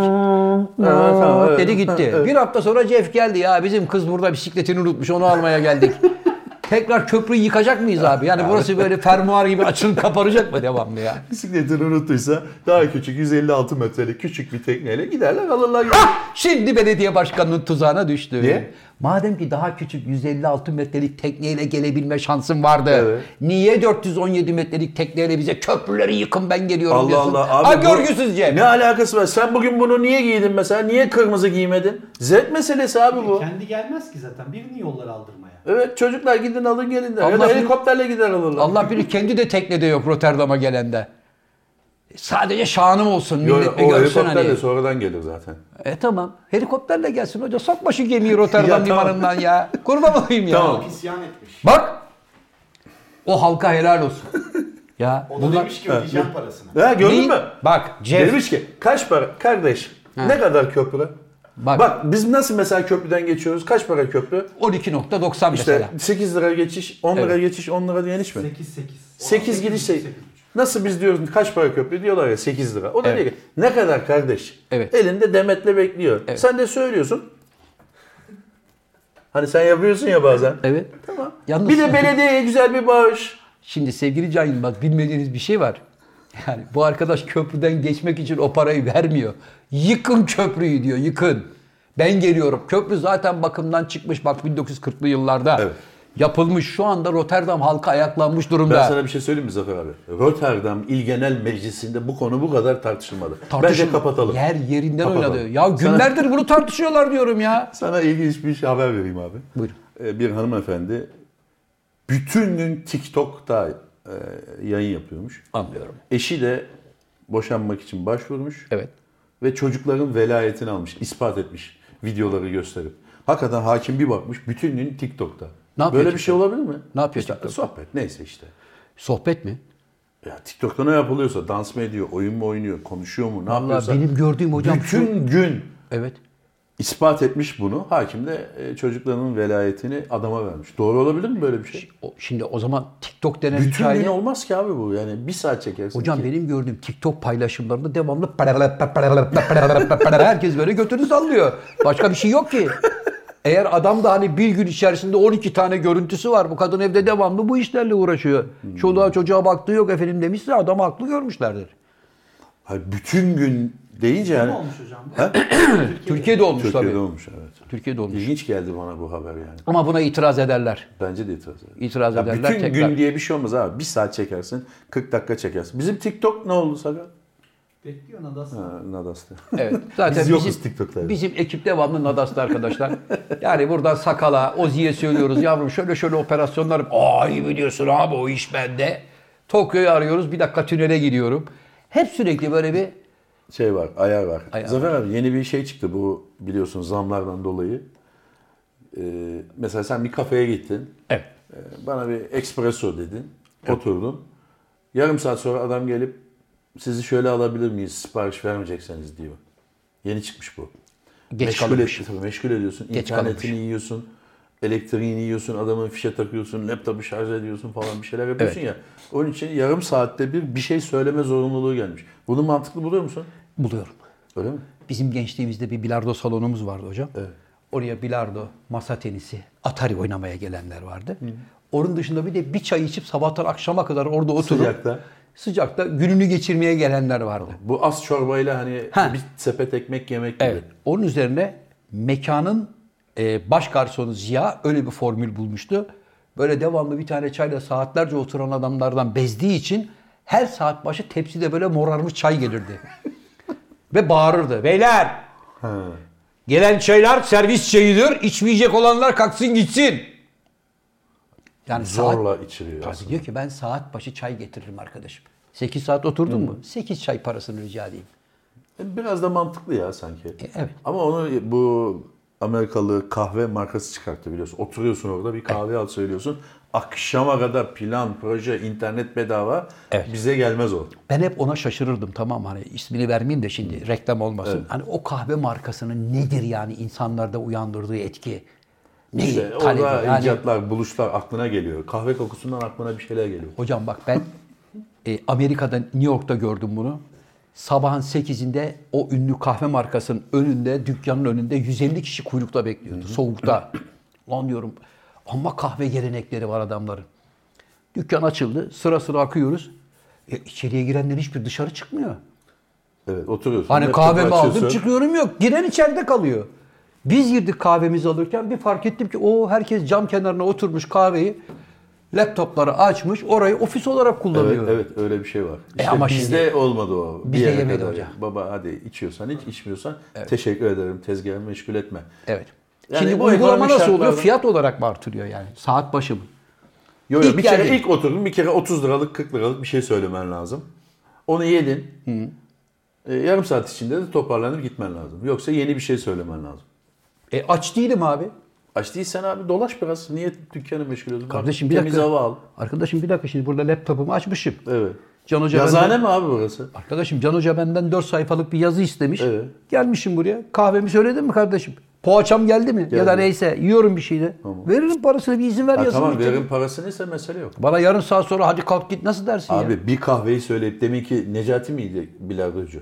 Evet, tamam, evet.
Dedi gitti.
Evet.
Bir hafta sonra Jeff geldi. Ya bizim kız burada bisikletini unutmuş onu almaya
(laughs)
geldik. Tekrar köprüyü yıkacak mıyız abi? Yani burası böyle fermuar gibi açılıp kapanacak mı devamlı ya?
Bisikletini unuttuysa daha küçük 156 metrelik küçük bir tekneyle giderler alırlar.
Ah, Şimdi belediye başkanının tuzağına düştü.
Niye?
Madem ki daha küçük 156 metrelik tekneyle gelebilme şansın vardı.
Evet.
Niye 417 metrelik tekneyle bize köprüleri yıkın ben geliyorum
Allah
diyorsun?
Allah.
ha,
Abi bu-
görgüsüz Jeff.
Ne alakası var? Sen bugün bunu niye giydin mesela? Niye kırmızı giymedin? Zevk meselesi abi bu.
Kendi gelmez ki zaten. Birini yollara aldırmaya.
Evet çocuklar gidin alın gelin der. Ya da
Allah-
helikopterle gider alırlar.
Allah bilir kendi de teknede yok Rotterdam'a gelende. Sadece şanım olsun
Yo,
millet bir
o
görsün
helikopterle
hani.
sonradan gelir zaten.
E tamam. Helikopterle gelsin hoca. Sokma şu
(laughs)
gemiyi Rotterdam
Ya tamam.
limanından ya. Kurban olayım ya.
Tamam.
Halk isyan etmiş.
Bak. O halka helal
(laughs)
olsun. ya.
O da
bunlar-
demiş ki ödeyeceğim parasını.
Ha gördün
Ne-
mü? şey.
Bak Jeff.
Demiş ki kaç para kardeş ne kadar köprü?
Bak.
Bak. biz nasıl mesela köprüden geçiyoruz? Kaç para köprü?
12.90
İşte
mesela.
8 lira geçiş, 10 lira geçiş, 10 lira geliş mi?
8 8.
8 gidiş şey. Nasıl biz diyoruz kaç para köprü diyorlar ya 8 lira. O da
Evet.
diyor ki ne kadar kardeş?
Evet.
Elinde demetle bekliyor.
Evet.
Sen de söylüyorsun. Hani sen yapıyorsun ya bazen.
Evet.
Tamam.
Yalnız-
Bir de belediyeye güzel bir bağış.
Şimdi sevgili Can Yılmaz bilmediğiniz bir şey var. Yani bu arkadaş köprüden geçmek için o parayı vermiyor. Yıkın köprüyü diyor yıkın. Ben geliyorum. Köprü zaten bakımdan çıkmış bak 1940'lı yıllarda.
Evet.
Yapılmış şu anda Rotterdam halka ayaklanmış durumda.
Ben sana bir şey söyleyeyim mi Zafer abi? Rotterdam İl Genel Meclisi'nde bu konu bu kadar tartışılmadı.
Tartışın-
Bence kapatalım.
Yer yerinden
Kapatalım.
oynadı. Ya
Sana-
günlerdir bunu tartışıyorlar diyorum ya.
Sana ilginç bir şey haber vereyim abi.
Buyurun.
Ee, Bir hanımefendi bütün gün TikTok'ta e, yayın yapıyormuş.
Anlıyorum.
Eşi de boşanmak için başvurmuş.
Evet.
Ve çocukların velayetini almış, ispat etmiş videoları gösterip. Hakikaten hakim bir bakmış bütün gün TikTok'ta.
Ne yapıyor
Böyle bir şey olabilir mi?
Ne yapıyor
İşte
TikTok?
Sohbet neyse işte.
Sohbet mi?
Ya TikTok'ta ne yapılıyorsa dans mı ediyor, oyun mu oynuyor, konuşuyor mu, ne
Vallahi
yapıyorsa.
benim gördüğüm hocam şu-
bütün gün
Evet.
ispat etmiş bunu. Hakim de e, çocuklarının velayetini adama vermiş. Doğru olabilir mi böyle bir şey?
O- Şimdi o zaman TikTok denen
Bütün
hikaye...
gün olmaz ki abi bu. Yani bir saat çekersin.
Hocam
iki.
benim gördüğüm TikTok paylaşımlarında devamlı (laughs) paralel, paralel, paralel, paralel, herkes böyle götünü sallıyor. Başka bir şey yok ki. Eğer adam da hani bir gün içerisinde 12 tane görüntüsü var. Bu kadın evde devamlı bu işlerle uğraşıyor.
Hmm.
Çoluğa çocuğa baktığı yok efendim demişse adam haklı görmüşlerdir.
Hayır, bütün gün deyince
Ne
yani.
olmuş hocam? bu?
(coughs) Türkiye'de olmuş
Türkiye'de
tabii.
olmuş evet.
Türkiye'de olmuş.
İlginç geldi bana bu haber yani.
Ama buna itiraz ederler.
Bence de itiraz ederim.
İtiraz
Ya
ederler
bütün
tekrar.
gün diye bir şey olmaz abi. Bir saat çekersin, 40 dakika çekersin. Bizim Tiktok ne oldu Saga?
Bekliyor Nadas.
Ha, Nadas'ta.
Evet. (laughs) Zaten
Biz yokuz
bizim,
TikTok'ta.
Bizim ekip devamlı nadasta arkadaşlar. yani buradan sakala, Ozi'ye söylüyoruz yavrum şöyle şöyle operasyonlarım. Aa iyi biliyorsun abi o iş bende. Tokyo'yu arıyoruz. Bir dakika tünele gidiyorum. Hep sürekli böyle bir
(laughs) Şey var, ayar var.
Ayar
Zafer abi yeni bir şey çıktı bu biliyorsun zamlardan dolayı. Ee, mesela sen bir kafeye gittin.
evet.
Ee, Bana bir espresso dedin. Oturdum. Yarım saat sonra adam gelip sizi şöyle alabilir miyiz? Sipariş vermeyecekseniz diyor. Yeni çıkmış bu.
Geç
meşgul
kalınmış.
et- tabii meşgul ediyorsun.
Geç
İnternetini
kalınmış.
yiyorsun. Elektriğini yiyorsun. Adamın fişe takıyorsun. Laptopu şarj ediyorsun falan bir şeyler yapıyorsun ya. Onun için yarım saatte bir bir şey söyleme zorunluluğu gelmiş. Bunu mantıklı buluyor musun?
buluyorum.
Öyle mi?
Bizim gençliğimizde bir bilardo salonumuz vardı hocam. Oraya bilardo, masa tenisi, atari oynamaya gelenler vardı. Onun dışında bir de bir çay içip sabahtan akşama kadar orada oturup
Sıcakta.
sıcakta gününü geçirmeye gelenler vardı.
Bu az çorbayla hani
Ha.
bir sepet ekmek yemek gibi.
Evet. Onun üzerine mekanın e, baş garsonu Ziya öyle bir formül bulmuştu. Böyle devamlı bir tane çayla saatlerce oturan adamlardan bezdiği için her saat başı tepside böyle morarmış çay gelirdi. Ve bağırırdı. Beyler! Gelen çaylar servis çayıdır. İçmeyecek olanlar kalksın gitsin. Yani saat
Zorla içiriyor
Tabii
aslında.
diyor ki ben saat başı çay getiririm arkadaşım. 8 saat oturdun mu? 8 çay parasını rica edeyim.
E, Biraz da mantıklı ya sanki.
E, evet.
Ama onu bu Amerikalı kahve markası çıkarttı biliyorsun. Oturuyorsun orada bir kahve al söylüyorsun. Akşama kadar plan, proje, internet bedava bize gelmez o.
Ben hep ona şaşırırdım tamam hani ismini vermeyeyim de şimdi reklam olmasın. Hani o kahve markasının nedir yani insanlarda uyandırdığı etki? Neyi
İşte
talebi?
orada
Yani-
icatlar, buluşlar aklına geliyor. Kahve kokusundan aklına bir şeyler geliyor.
Hocam bak ben e, Amerika'da New York'ta gördüm bunu. Sabahın 8'inde o ünlü kahve markasının önünde, dükkanın önünde 150 kişi kuyrukta bekliyordu soğukta. Lan diyorum ama kahve gelenekleri var adamların. Dükkan açıldı, sıra sıra akıyoruz. E, içeriye girenler hiçbir dışarı çıkmıyor.
Evet oturuyorsun.
Hani
laptopu
kahvemi aldım
açıyorsun.
çıkıyorum yok. Giren içeride kalıyor. Biz girdik kahvemizi alırken bir fark ettim ki o herkes cam kenarına oturmuş kahveyi laptopları açmış orayı ofis olarak
Evet,
kullanıyor.
evet öyle bir şey var. İşte
E, ama
bizde olmadı o. Bir
Bizde
yere
yemedi
kadar.
hocam.
Baba hadi içiyorsan iç, içmiyorsan teşekkür ederim. Tezgahı meşgul etme.
Evet.
Yani
Şimdi
bu
uygulama
ekonomik
nasıl oluyor?
şartlarda-
Fiyat olarak mı artırıyor yani? Saat başı mı?
Yo, yo,
İlk
bir kere
geldi.
ilk oturdun bir kere 30 liralık 40 liralık bir şey söylemen lazım. Onu yedin. E, yarım saat içinde de toparlanıp gitmen lazım. Yoksa yeni bir şey söylemen lazım.
E aç değilim abi.
Aç değilsen abi dolaş biraz. Niye dükkanı meşgul ediyorsun?
Kardeşim bir dakika.
Temiz hava al.
Arkadaşım bir dakika şimdi burada laptopumu açmışım.
Evet.
Can Hoca
Yazıhane
benden-
mi abi burası?
Arkadaşım Can Hoca benden 4 sayfalık bir yazı istemiş.
Evet.
Gelmişim buraya. Kahvemi söyledin mi kardeşim? Poğaçam geldi mi? Ya da neyse yiyorum bir şeyle. Veririm parasını bir izin ver
Ha,
yazın.
tamam
bitir.
verin parasınıysa mesele yok.
Bana yarın saat sonra hadi kalk git nasıl dersin ya?
Abi bir kahveyi söyleyip demin ki Necati miydi bilardocu?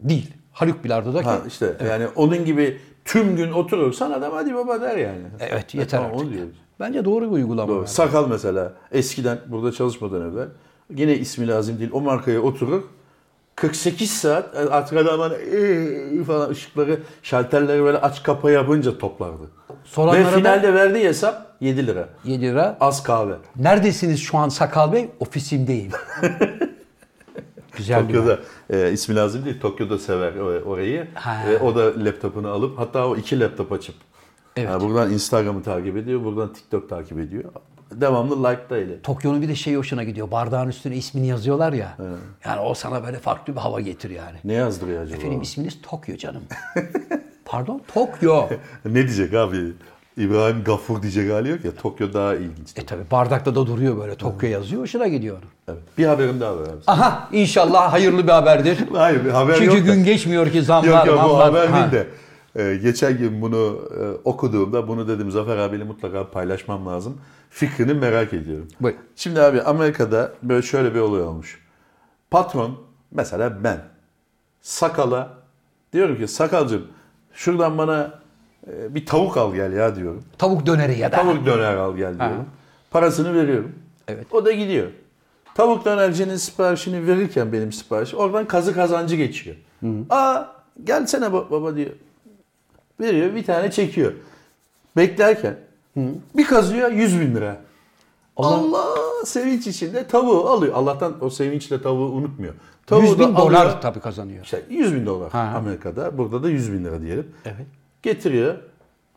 Değil. Haluk Bilardo'daki.
Ha işte yani onun gibi tüm gün oturursan adam hadi baba der yani.
Evet yeter
Tamam,
artık.
onu diyoruz.
Bence doğru bir uygulama.
Doğru. Sakal mesela eskiden burada çalışmadan evvel yine ismi lazım değil o markaya oturur 48 saat yani artık adam hani "Ee" falan ışıkları şalterleri böyle aç kapa yapınca toplardı.
Soranlara
Ve
da-
finalde verdiği hesap 7 lira.
7 lira.
Az kahve.
Neredesiniz şu an Sakal Bey?
(laughs)
Ofisimdeyim. Güzel bir
Tokyo'da e, ismi lazım değil. Tokyo'da sever o- orayı.
Ha.
Ve o da laptopunu alıp hatta o iki laptop açıp.
Evet.
Ha, buradan Instagram'ı takip ediyor. Buradan TikTok takip ediyor. Devamlı like'da ile.
Tokyo'nun bir de şey hoşuna gidiyor. Bardağın üstüne ismini yazıyorlar ya. Yani o sana böyle farklı bir hava getir yani.
Ne yazdırıyor acaba?
Efendim isminiz Tokyo canım. (laughs) Pardon Tokyo.
Ne diyecek abi? İbrahim Gafur diyecek hali yok ya. Tokyo daha ilginç.
E tabi bardakta da duruyor böyle Tokyo yazıyor. Hoşuna gidiyor.
Evet. Bir haberim daha var abi.
Aha inşallah hayırlı bir haberdir.
Hayır bir haber yok
Çünkü
da.
gün geçmiyor ki zamlar
Yok yok bu
mamlar.
haber
Ha.
değil de. e, geçen gün bunu e, okuduğumda bunu dedim Zafer abiyle mutlaka paylaşmam lazım. Fikrini merak ediyorum.
Buyur.
Şimdi abi Amerika'da böyle şöyle bir olay olmuş. Patron mesela ben sakala diyorum ki sakalcım şuradan bana e, bir tavuk al gel ya diyorum.
Tavuk döneri ya da.
Tavuk döner al gel diyorum. Parasını veriyorum.
Evet.
O da gidiyor. Tavuk dönercinin siparişini verirken benim sipariş oradan kazı kazancı geçiyor. Aa gelsene ba- baba diyor. Veriyor bir tane çekiyor. Beklerken bir kazıyor 100 bin lira. Allah. sevinç içinde tavuğu alıyor. Allah'tan o sevinçle tavuğu unutmuyor. Tavuğu
100
da
bin
alıyor.
dolar tabii kazanıyor.
İşte 100 bin dolar
Ha.
Amerika'da. Burada da 100 bin lira diyelim.
Evet.
Getiriyor.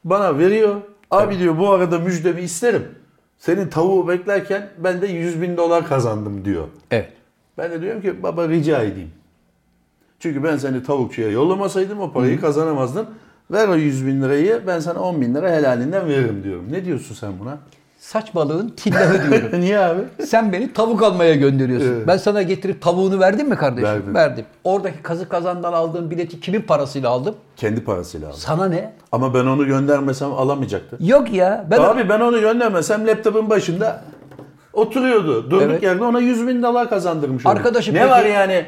Bana veriyor. Abi diyor bu arada müjdemi isterim. Senin tavuğu beklerken ben de 100 bin dolar kazandım diyor.
Evet.
Ben de diyorum ki baba rica edeyim. Çünkü ben seni tavukçuya yollamasaydım o parayı kazanamazdın. Ver o 100 bin lirayı ben sana 10 bin lira helalinden veririm diyorum. Ne diyorsun sen buna?
Saç balığın tillahı diyorum.
(laughs) Niye abi?
(laughs) Sen beni tavuk almaya gönderiyorsun.
Evet.
Ben sana getirip tavuğunu verdim mi kardeşim?
Verdim.
Oradaki kazı kazandan aldığım bileti kimin parasıyla aldım?
Kendi parasıyla aldı.
Sana ne?
Ama ben onu göndermesem alamayacaktı.
Yok ya. Ben
Abi ben onu göndermesem laptopun başında oturuyordu. Durduk
Evet.
yerde ona 100 bin dolar kazandırmış oldum.
Arkadaşım
Ne
peki-
var yani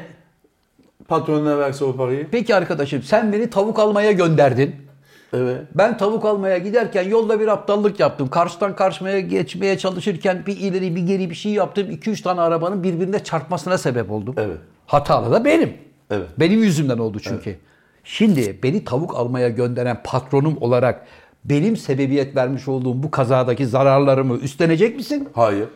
patronuna verse o parayı?
Peki arkadaşım sen beni tavuk almaya gönderdin.
Evet.
Ben tavuk almaya giderken yolda bir aptallık yaptım. Karşıdan karşıya geçmeye çalışırken bir ileri bir geri bir şey yaptım. 2-3 tane arabanın birbirine çarpmasına sebep oldum.
Evet.
Hatalı da benim.
Evet.
Benim yüzümden oldu çünkü. Şimdi beni tavuk almaya gönderen patronum olarak benim sebebiyet vermiş olduğum bu kazadaki zararlarımı üstlenecek misin?
Hayır.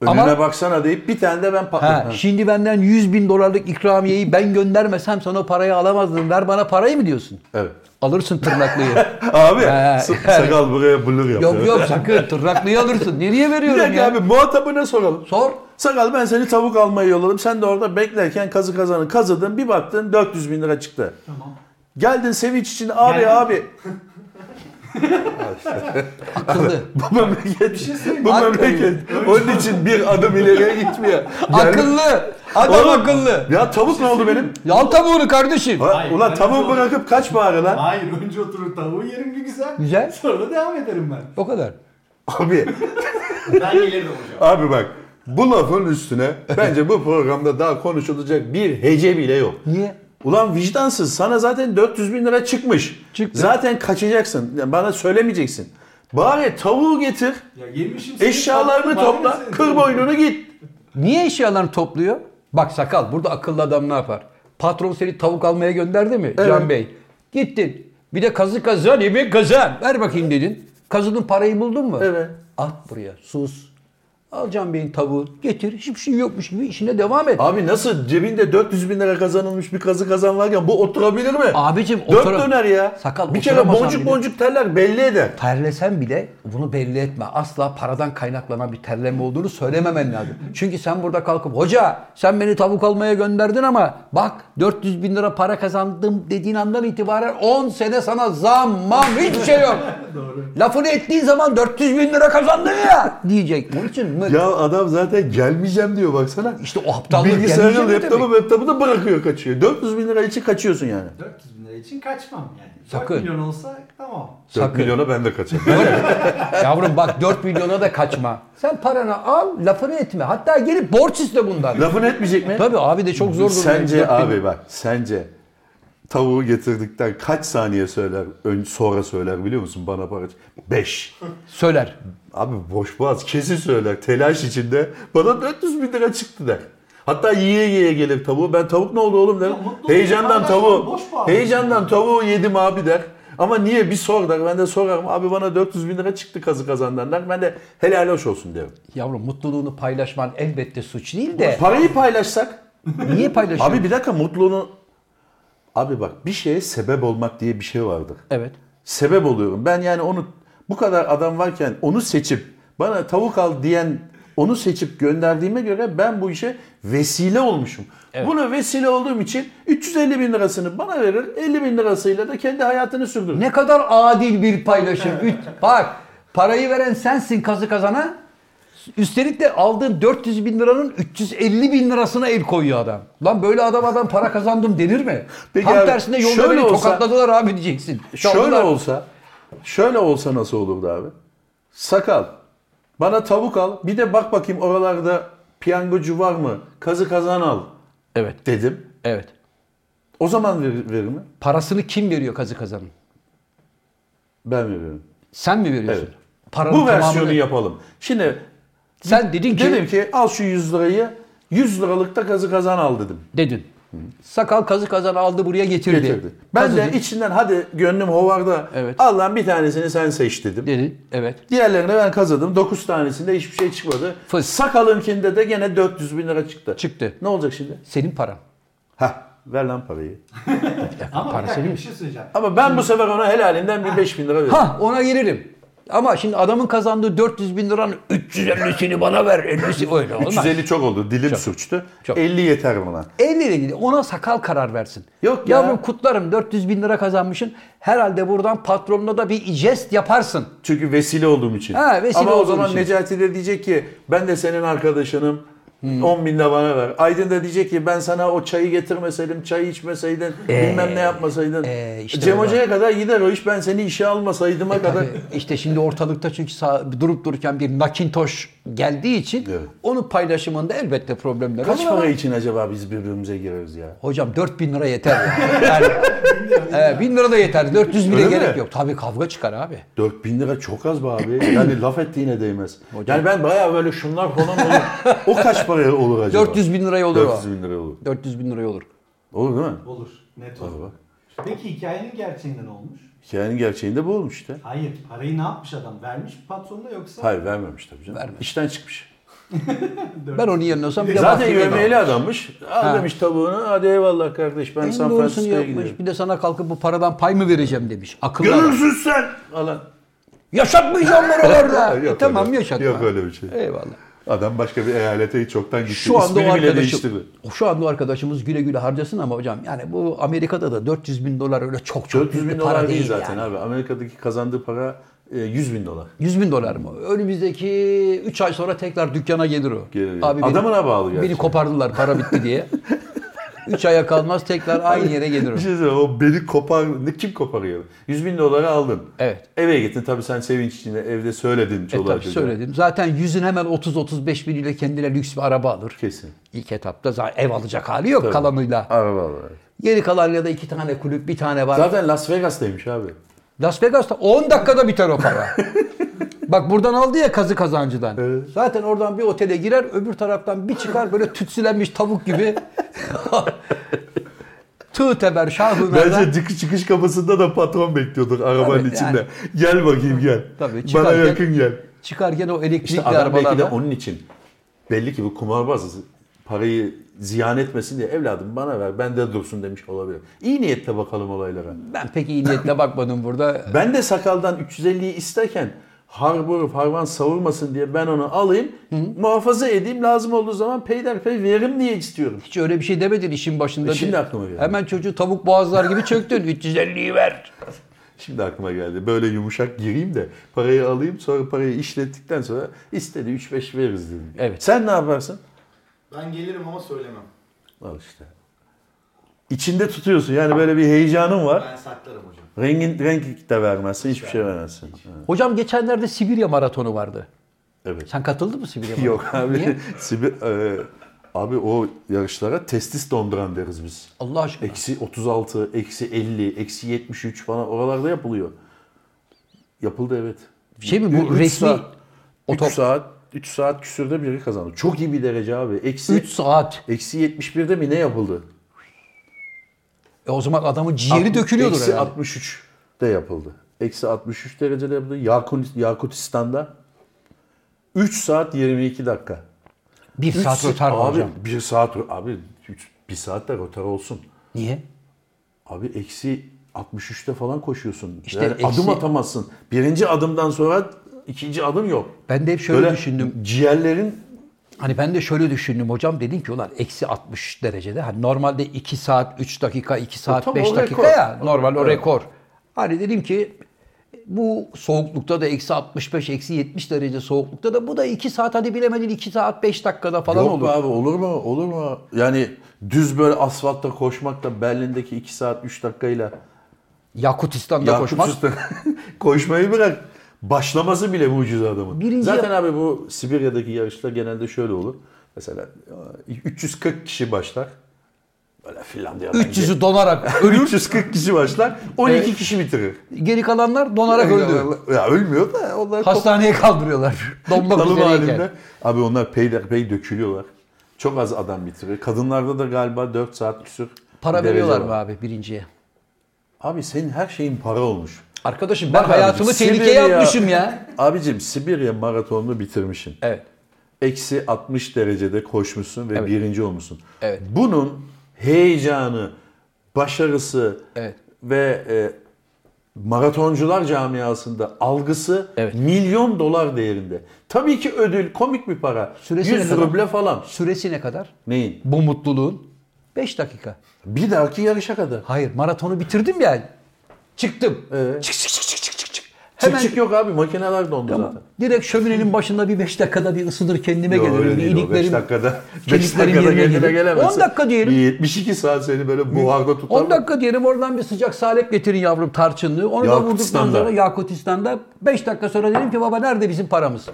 Önüne
Ama-
baksana deyip bir tane de ben
Ha,
patladım.
şimdi benden 100 bin dolarlık ikramiyeyi ben göndermesem sana o parayı alamazdın. Ver bana parayı mı diyorsun?
Evet.
Alırsın
(laughs)
tırnaklıyı.
Abi
Ha,
s-
yani-
sakal buraya blur yapıyor.
yok yok sakın tırnaklıyı alırsın. Nereye
Bir
veriyorum
dakika
ya?
abi muhatabına soralım.
Sor.
Sakal ben seni tavuk almaya yolladım. Sen de orada beklerken kazı kazanı kazıdın. Bir baktın 400 bin lira çıktı.
Tamam.
Geldin sevinç için abi
Geldim.
abi. (laughs)
Akıllı.
Bu memleket, bu
Haklı.
memleket. Onun için bir adım ileriye gitmiyor. Yani-
akıllı. Adam
Oğlum,
akıllı.
Ya tavuk ne oldu benim?
Al tavuğunu kardeşim.
Ha,
Hayır,
Ulan
ben
tavuğu
yapamam.
bırakıp kaç bari lan?
Hayır önce oturur tavuğu yerim bir güzel.
Güzel.
Sonra devam ederim ben.
O kadar.
Abi, (laughs)
Ben gelirdim hocam.
abi bak. Bu lafın üstüne bence bu programda daha konuşulacak bir hece bile yok.
Niye?
Ulan vicdansız sana zaten 400 bin lira çıkmış.
Çıktı.
Zaten kaçacaksın. Yani Bana söylemeyeceksin. Bari tavuğu getir,
Ya yemişim seni,
eşyalarını
tavuğu,
topla,
bari seni-
kır boynunu git.
Niye eşyalarını topluyor? Bak sakal burada akıllı adam ne yapar? Patron seni tavuk almaya gönderdi mi Can Bey? Gittin. Bir de kazı kazan, yemek kazan. Ver bakayım dedin. Kazıdın parayı buldun mu?
Evet.
At buraya sus. Al Can Bey'in tavuğu getir. Hiçbir şey yokmuş gibi işine devam et.
Abi nasıl cebinde 400 bin lira kazanılmış bir kazı kazan varken bu oturabilir mi?
Abicim
Dört
otura-
döner ya.
Sakal,
bir kere
oturamazsan
boncuk
bile-
boncuk terler belli eder.
terlesen bile bunu belli etme. Asla paradan kaynaklanan bir terleme olduğunu söylememen lazım. Çünkü sen burada kalkıp hoca sen beni tavuk almaya gönderdin ama bak 400 bin lira para kazandım dediğin andan itibaren 10 sene sana zammam hiçbir şey yok.
Doğru.
Lafını ettiğin zaman 400 bin lira kazandın ya diyecek. Onun için mı?
Ya adam zaten gelmeyeceğim diyor baksana.
İşte o aptallık
Bilgisayarın
gelmeyecek mi
laptopu laptopu da bırakıyor kaçıyor. 400 bin lira için kaçıyorsun yani.
400 bin lira için kaçmam yani. 4
Sakın.
milyon olsa tamam.
Sakın.
milyona ben de kaçarım.
(laughs) Yavrum bak 4 milyona da kaçma. Sen paranı al lafını etme. Hatta gelip borç iste bundan.
Lafını etmeyecek mi?
Tabii abi de çok zor durumda.
Sence
Dört bin-
abi bak sence tavuğu getirdikten kaç saniye söyler ön, sonra söyler biliyor musun bana para 5.
Söyler.
Abi boş boğaz kesin söyler telaş içinde bana 400 bin lira çıktı der. Hatta yiye yiye gelir tavuğu. Ben tavuk ne oldu oğlum derim.
Ya mutlu
Heyecandan
olsun,
tavuğu,
boş boğaz.
heyecandan tavuğu yedim abi der. Ama niye bir sor der. Ben de sorarım. Abi bana 400 bin lira çıktı kazı kazandan der. Ben de helal hoş olsun derim.
Yavrum mutluluğunu paylaşman elbette suç değil de
Parayı paylaşsak
niye paylaşıyorsun?
Abi bir dakika mutluluğunu... Abi bak bir şeye sebep olmak diye bir şey vardır.
Evet.
Sebep oluyorum. Ben yani onu bu kadar adam varken onu seçip bana tavuk al diyen onu seçip gönderdiğime göre ben bu işe vesile olmuşum. Buna vesile olduğum için 350 bin lirasını bana verir, 50 bin lirasıyla da kendi hayatını sürdürür.
Ne kadar adil bir paylaşım. Üç- Bak parayı veren sensin kazı kazana. Üstelik de aldığın 400 bin liranın 350 bin lirasına el koyuyor adam. Lan böyle adam adam para kazandım denir mi?
Peki
Tam
abi,
tersine yolda
şöyle
beni
olsa-
tokatladılar abi diyeceksin.
Şöyle
Çaldılar.
olsa, şöyle olsa nasıl olurdu abi? Sakal, bana tavuk al, bir de bak bakayım oralarda piyangocu var mı? Kazı kazan al
Evet.
dedim.
Evet.
O zaman verir, verir mi?
Parasını kim veriyor kazı kazanın?
Ben veriyorum.
Sen mi veriyorsun?
Evet.
Paranın
Bu versiyonu
tamamını-
yapalım. Şimdi
Sen dedin ki
dedim ki al şu 100 lirayı 100 liralıkta kazı kazan al dedim.
dedin. Sakal kazı kazanı aldı buraya getirdi.
Getirdi. Ben
Kazı-
de içinden hadi gönlüm hovarda
Evet.
al lan bir tanesini sen seç dedim.
dedin. Evet.
Diğerlerini ben kazıdım. 9 tanesinde hiçbir şey çıkmadı.
Fıs.
Sakal'ınkinde de gene 400 bin lira çıktı.
Çıktı.
Ne olacak şimdi?
Senin paran.
Hah ver lan parayı.
Ama bir
Para
dakika
senin mi?
bir şey söyleyeceğim.
Ama ben bu sefer ona helalinden bir 5 bin lira veririm.
Ha ona gelirim. Ama şimdi adamın kazandığı 400 bin liranın 350'sini bana ver.
(laughs)
50'si öyle olmaz.
350 çok oldu. Dilim sürçtü.
çok.
50 yeter bana.
50 ile gidiyor. Ona sakal karar versin.
Yok ya.
Yavrum kutlarım 400 bin lira kazanmışsın. Herhalde buradan patronuna da bir jest yaparsın.
Çünkü vesile olduğum için.
Ha, vesile
Ama o
olduğum
zaman
için.
Necati de diyecek ki ben de senin arkadaşınım. 10 bin de bana ver. Aydın da diyecek ki ben sana o çayı getirmeseydim, çayı içmeseydin, bilmem ne yapmasaydın.
ee, işte
Cem
o da.
Hoca'ya kadar gider o iş ben seni işe almasaydıma kadar.
Tabii işte şimdi ortalıkta çünkü sağ- durup dururken bir nakintoş geldiği için
Evet.
onun paylaşımında elbette problemler
Kaç
olur ama-
para için acaba biz birbirimize gireriz ya?
Hocam 4000 lira yeter. ya. Yani, e, 1000 lira da yeter. 400 bile
Öyle
gerek
mi?
yok. Tabii kavga çıkar abi.
4000 lira çok az be abi. Yani laf ettiğine değmez. Yani ben bayağı böyle şunlar falan olur. O kaç paraya olur acaba?
400 bin liraya olur
400
o.
bin lira olur.
400 bin liraya olur.
Olur değil mi?
Olur. Net
Olur
olur.
bak.
Peki hikayenin gerçeğinden olmuş.
Hikayenin gerçeğinde bu olmuş işte.
Hayır. Parayı ne yapmış adam? Vermiş mi patronuna yoksa?
Hayır vermemiş tabii canım.
Vermemiş.
İşten çıkmış.
Ben onun yanına olsam bir de
Zaten
bahçeye
yövmeyeli
giderim.
adammış. Al demiş tavuğunu. Hadi eyvallah kardeş ben
En
San
doğrusunu
Francisco'ya
yapmış.
gidiyorum.
Bir de sana kalkıp bu paradan pay mı vereceğim demiş. Akıllı. adam.
Görürsün sen. Alan. (laughs)
Yaşatmayacağım oralarda. E, tamam
öyle.
yaşatma.
Yok öyle bir şey.
Eyvallah.
Adam başka bir eyalete çoktan gitti.
Şu anda o
İsmini bile
arkadaşım,
değiştirdi.
şu anda o arkadaşımız güle güle harcasın ama hocam yani bu Amerika'da da 400 bin dolar öyle çok çok
400
büyük
bin
bir para
dolar
değil
değil zaten
yani.
abi. Amerika'daki kazandığı para e, 100 bin dolar.
100 bin dolar mı? Önümüzdeki 3 ay sonra tekrar dükkana gelir o.
Gelir, gelir. Adamına bağlı gerçi.
Beni kopardılar para bitti
(laughs)
diye. 3 aya kalmaz tekrar aynı yere gelir o.
Bir şey söyleyeyim, o beni kopar, ne kim koparıyor? 100 bin doları aldın.
Evet.
Eve gittin tabii sen sevinç içinde evde söyledin
E
çoluğa
tabii
çocuğa.
söyledim. Zaten yüzün hemen 30-35 bin ile kendine lüks bir araba alır.
Kesin.
İlk etapta zaten ev alacak hali yok kalanıyla.
Araba var.
Geri kalanıyla da iki tane kulüp, bir tane var.
Zaten Las Vegas'taymış abi.
Las Vegas'ta 10 dakikada biter o para.
(laughs)
Bak buradan aldı ya kazı kazancıdan. Zaten oradan bir otele girer, öbür taraftan bir çıkar böyle tütsülenmiş tavuk
(laughs)
gibi. Tığ teber şahı merdan.
Bence çıkış çıkış kapısında da patron bekliyordur arabanın
Tabii,
içinde. Gel bakayım gel.
Tabii,
Bana
çıkarken-
yakın gel.
Çıkarken o elektrikli
İşte adam belki de
arabalarda.
onun için. Belli ki bu kumarbaz parayı ziyan etmesin diye evladım bana ver bende dursun demiş olabilir. İyi niyetle bakalım olaylara.
Ben pek iyi niyetle bakmadım burada.
Ben de sakaldan 350'yi isterken harbur harvan savurmasın diye ben onu alayım muhafaza edeyim lazım olduğu zaman peyderpey veririm diye istiyorum.
Hiç öyle bir şey demedin işin başında.
E, şimdi
diye.
aklıma geldi. (laughs)
Hemen çocuğu tavuk boğazlar gibi çöktün. 350'yi ver.
Şimdi aklıma geldi. Böyle yumuşak gireyim de parayı alayım sonra parayı işlettikten sonra istedi 3-5 veririz dedim.
Evet.
Sen ne yaparsın?
Ben gelirim ama söylemem.
Al işte. İçinde tutuyorsun yani böyle bir heyecanın var.
Ben saklarım hocam.
Rengin, renk de vermezsin, hiçbir şey vermezsin. Ha,
Hocam geçenlerde Sibirya maratonu vardı.
Evet.
Sen katıldın mı Sibirya maratonu?
Yok abi.
Niye?
(laughs) Sibir, e, abi o yarışlara testis donduran deriz biz.
Allah aşkına.
Eksi 36, eksi 50, eksi 73 falan oralarda yapılıyor. Yapıldı evet.
Şey mi bu
Üç
resmi
saat,
o
3
top-
saat 3 saat küsürde biri kazandı. Çok iyi bir derece abi. Eksi
3 saat.
eksi 71'de mi ne yapıldı?
E o zaman adamın ciğeri
Altmış-
dökülüyordur
Eksi
herhalde.
63 de yapıldı. Eksi 63 derecede yapıldı. Yakut, Yakutistan'da 3 saat 22 dakika.
1
Üç
saat
sa-
rötar var
abi,
hocam.
1 saat rö- abi 1 saat de rötar olsun.
Niye?
Abi eksi 63'te falan koşuyorsun.
İşte
yani
eksi-
adım atamazsın. Birinci adımdan sonra ikinci adım yok.
Ben de hep şöyle
Böyle
düşündüm.
Ciğerlerin
Hani ben de şöyle düşündüm hocam dedim ki ulan eksi 60 derecede. Hani normalde 2 saat 3 dakika 2 saat
E, tam
5
o
dakika
rekor.
ya normal o
Evet.
rekor. Hani dedim ki bu soğuklukta da eksi 65 eksi 70 derece soğuklukta da bu da 2 saat hadi bilemedin 2 saat 5 dakikada falan
Yok be
olur.
abi olur mu? Olur mu? Yani düz böyle asfaltta koşmak da Berlin'deki 2 saat 3 dakikayla
Yakutistan'da koşmak.
Yakutsus'ta (laughs) koşmayı bırak. Başlaması bile mucize adamın.
Birinci-
Zaten abi bu Sibirya'daki yarışlar genelde şöyle olur. Mesela e, 340 kişi başlar. Böyle Finlandiya'dan
300'ü donarak (laughs)
gel-
ölür.
340 kişi başlar. 12
Evet.
kişi bitirir.
Geri kalanlar donarak öldü.
Ya ölmüyor da onlar
Hastaneye kaldırıyorlar. (laughs) Donmak
Dalım
üzereyken.
halinde. Abi onlar peyderpey dökülüyorlar. Çok az adam bitirir. Kadınlarda da galiba 4 saat küsür.
Para
bir derece
veriyorlar
var.
mı abi birinciye?
Abi senin her şeyin para olmuş.
Arkadaşım ben
Bak
hayatımı
abicim,
tehlikeye
Sibirya-
atmışım ya.
Abicim Sibirya maratonunu bitirmişsin.
Evet.
Eksi 60 derecede koşmuşsun ve
Evet.
birinci olmuşsun.
Evet.
Bunun heyecanı, başarısı
Evet.
ve e, maratoncular camiasında algısı
Evet.
milyon dolar değerinde. Tabii ki ödül komik bir para.
Süresi ne
100
kadar?
ruble falan.
Süresi ne kadar?
Neyin?
Bu mutluluğun 5 dakika.
Bir dahaki yarışa kadar.
Hayır maratonu bitirdim ya. Çıktım.
Ee?
Çık çık çık çık çık çık. çık.
Çık
Hemen
çık yok abi makineler dondu zaten.
direkt şöminenin başında bir 5 dakikada bir ısınır kendime
Yok,
gelirim.
öyle
Bir
değil o. Beş
iliklerim.
dakikada,
(laughs)
beş
kemiklerim
dakikada
yerine
kendine
gelir.
gelemezsin.
10 dakika diyelim.
Bir 72 saat seni böyle buharda tutar.
10 dakika diyelim oradan bir sıcak salep getirin yavrum tarçınlığı. Onu da vurduktan
Yakutistan'da.
sonra Yakutistan'da 5 dakika sonra dedim ki baba nerede bizim paramız?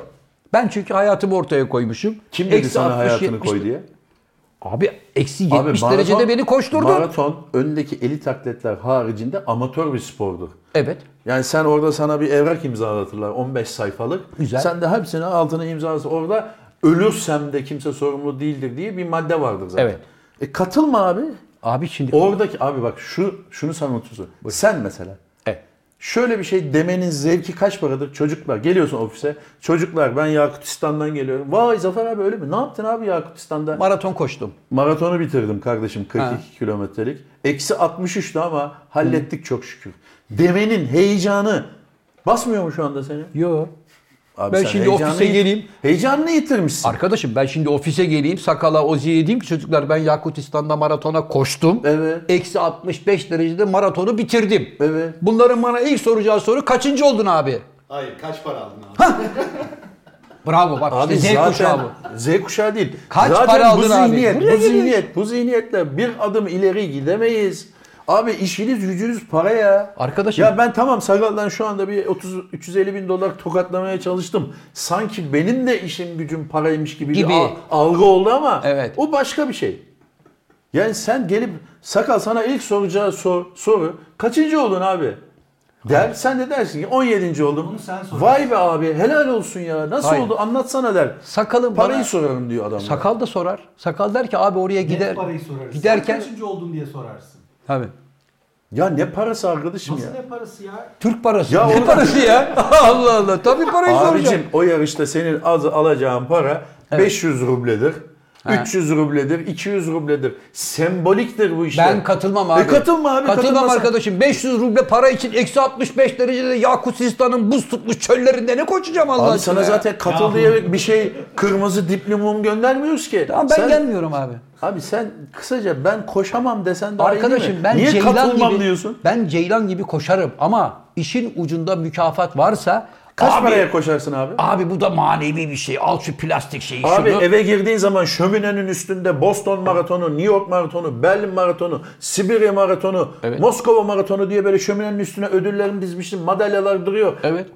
Ben çünkü hayatımı ortaya koymuşum.
Kim dedi
Eksi
sana
60,
hayatını
70
koy diye?
Abi eksi 70 derecede beni koşturdu.
Maraton öndeki elit atletler haricinde amatör bir spordur.
Evet.
Yani sen orada sana bir evrak imzalatırlar 15 sayfalık.
Güzel.
Sen de hepsini altına imzalasın. Orada ölürsem de kimse sorumlu değildir diye bir madde vardır zaten.
Evet.
E katılma abi.
Abi şimdi...
Oradaki abi bak şu şunu sen unutursun. Sen mesela
Evet.
Şöyle bir şey demenin zevki kaç paradır? Çocuklar geliyorsun ofise. Çocuklar ben Yakutistan'dan geliyorum. Vay Zafer abi öyle mi? Ne yaptın abi Yakutistan'da?
Maraton koştum.
Maratonu bitirdim kardeşim 42
Ha.
kilometrelik. Eksi 63'tü ama hallettik çok şükür. Demenin heyecanı basmıyor mu şu anda seni?
Yok.
Abi
Ben
sen
şimdi
heyecanını
ofise
yit-
geleyim.
Heyecanını yitirmişsin.
Arkadaşım ben şimdi ofise geleyim sakala oziye diyeyim ki çocuklar ben Yakutistan'da maratona koştum.
Evet.
Eksi 65 derecede maratonu bitirdim.
Evet.
Bunların bana ilk soracağı soru kaçıncı oldun abi?
Hayır kaç para aldın abi?
Bravo bak
Abi
işte Z
zaten
kuşağı bu.
Z kuşağı değil.
Kaç
zaten
para
bu
aldın abi?
zihniyet,
Buraya
bu
geliyor.
zihniyet, bu zihniyetle bir adım ileri gidemeyiz. Abi işiniz gücünüz para ya.
Arkadaşım-
Ya ben tamam Sagal'dan şu anda bir 30 350 bin dolar tokatlamaya çalıştım. Sanki benim de işim gücüm paraymış gibi,
Gibi.
bir al- algı oldu ama
Evet.
o başka bir şey. Yani sen gelip Sakal sana ilk soracağı sor, soru kaçıncı oldun abi? Der sen de dersin ki 17. oldum.
Onu sen sorarsın.
Vay be abi helal olsun ya. Nasıl
Hayır.
oldu anlatsana der.
Sakalım
Parayı
bana...
sorarım diyor adam. Sakal.
Sakal da sorar. Sakal der ki abi oraya
Gider,
gider.
parayı sorarsın.
Giderken...
Sen kaçıncı oldun diye sorarsın.
Tabii.
Ya ne parası arkadaşım
Nasıl
ya?
ne parası ya?
Türk parası.
Ya
ne
oğlum-
parası ya? (laughs) Allah Allah. Tabii parayı soracağım.
Abicim o yarışta senin az alacağın para 500 rubledir.
Ha.
300 rubledir, 200 rubledir. Semboliktir bu işte.
Ben katılmam abi.
E katılma abi.
Katılmam
katılmasan-
arkadaşım. 500 ruble para için eksi 65 derecede Yakutistan'ın buz tutmuş çöllerinde ne koşacağım Allah
Abi
aşkına
sana
ya?
zaten katıl
Yahu.
diye bir şey kırmızı dipli mum göndermiyoruz ki.
Tamam ben
sen,
gelmiyorum abi.
Abi sen kısaca ben koşamam desen daha iyi değil mi?
Arkadaşım ben
Niye
Ceylan
katılmam
gibi
diyorsun?
ben Ceylan gibi koşarım ama işin ucunda mükafat varsa
Kaç
abi,
paraya koşarsın abi?
abi bu da manevi bir şey. Al şu plastik şeyi
Abi
şunu.
eve girdiğin zaman şöminenin üstünde Boston maratonu, New York maratonu, Berlin maratonu, Sibirya maratonu,
Evet.
Moskova maratonu diye böyle şöminenin üstüne ödüllerini dizmişsin, madalyalar duruyor.
Evet.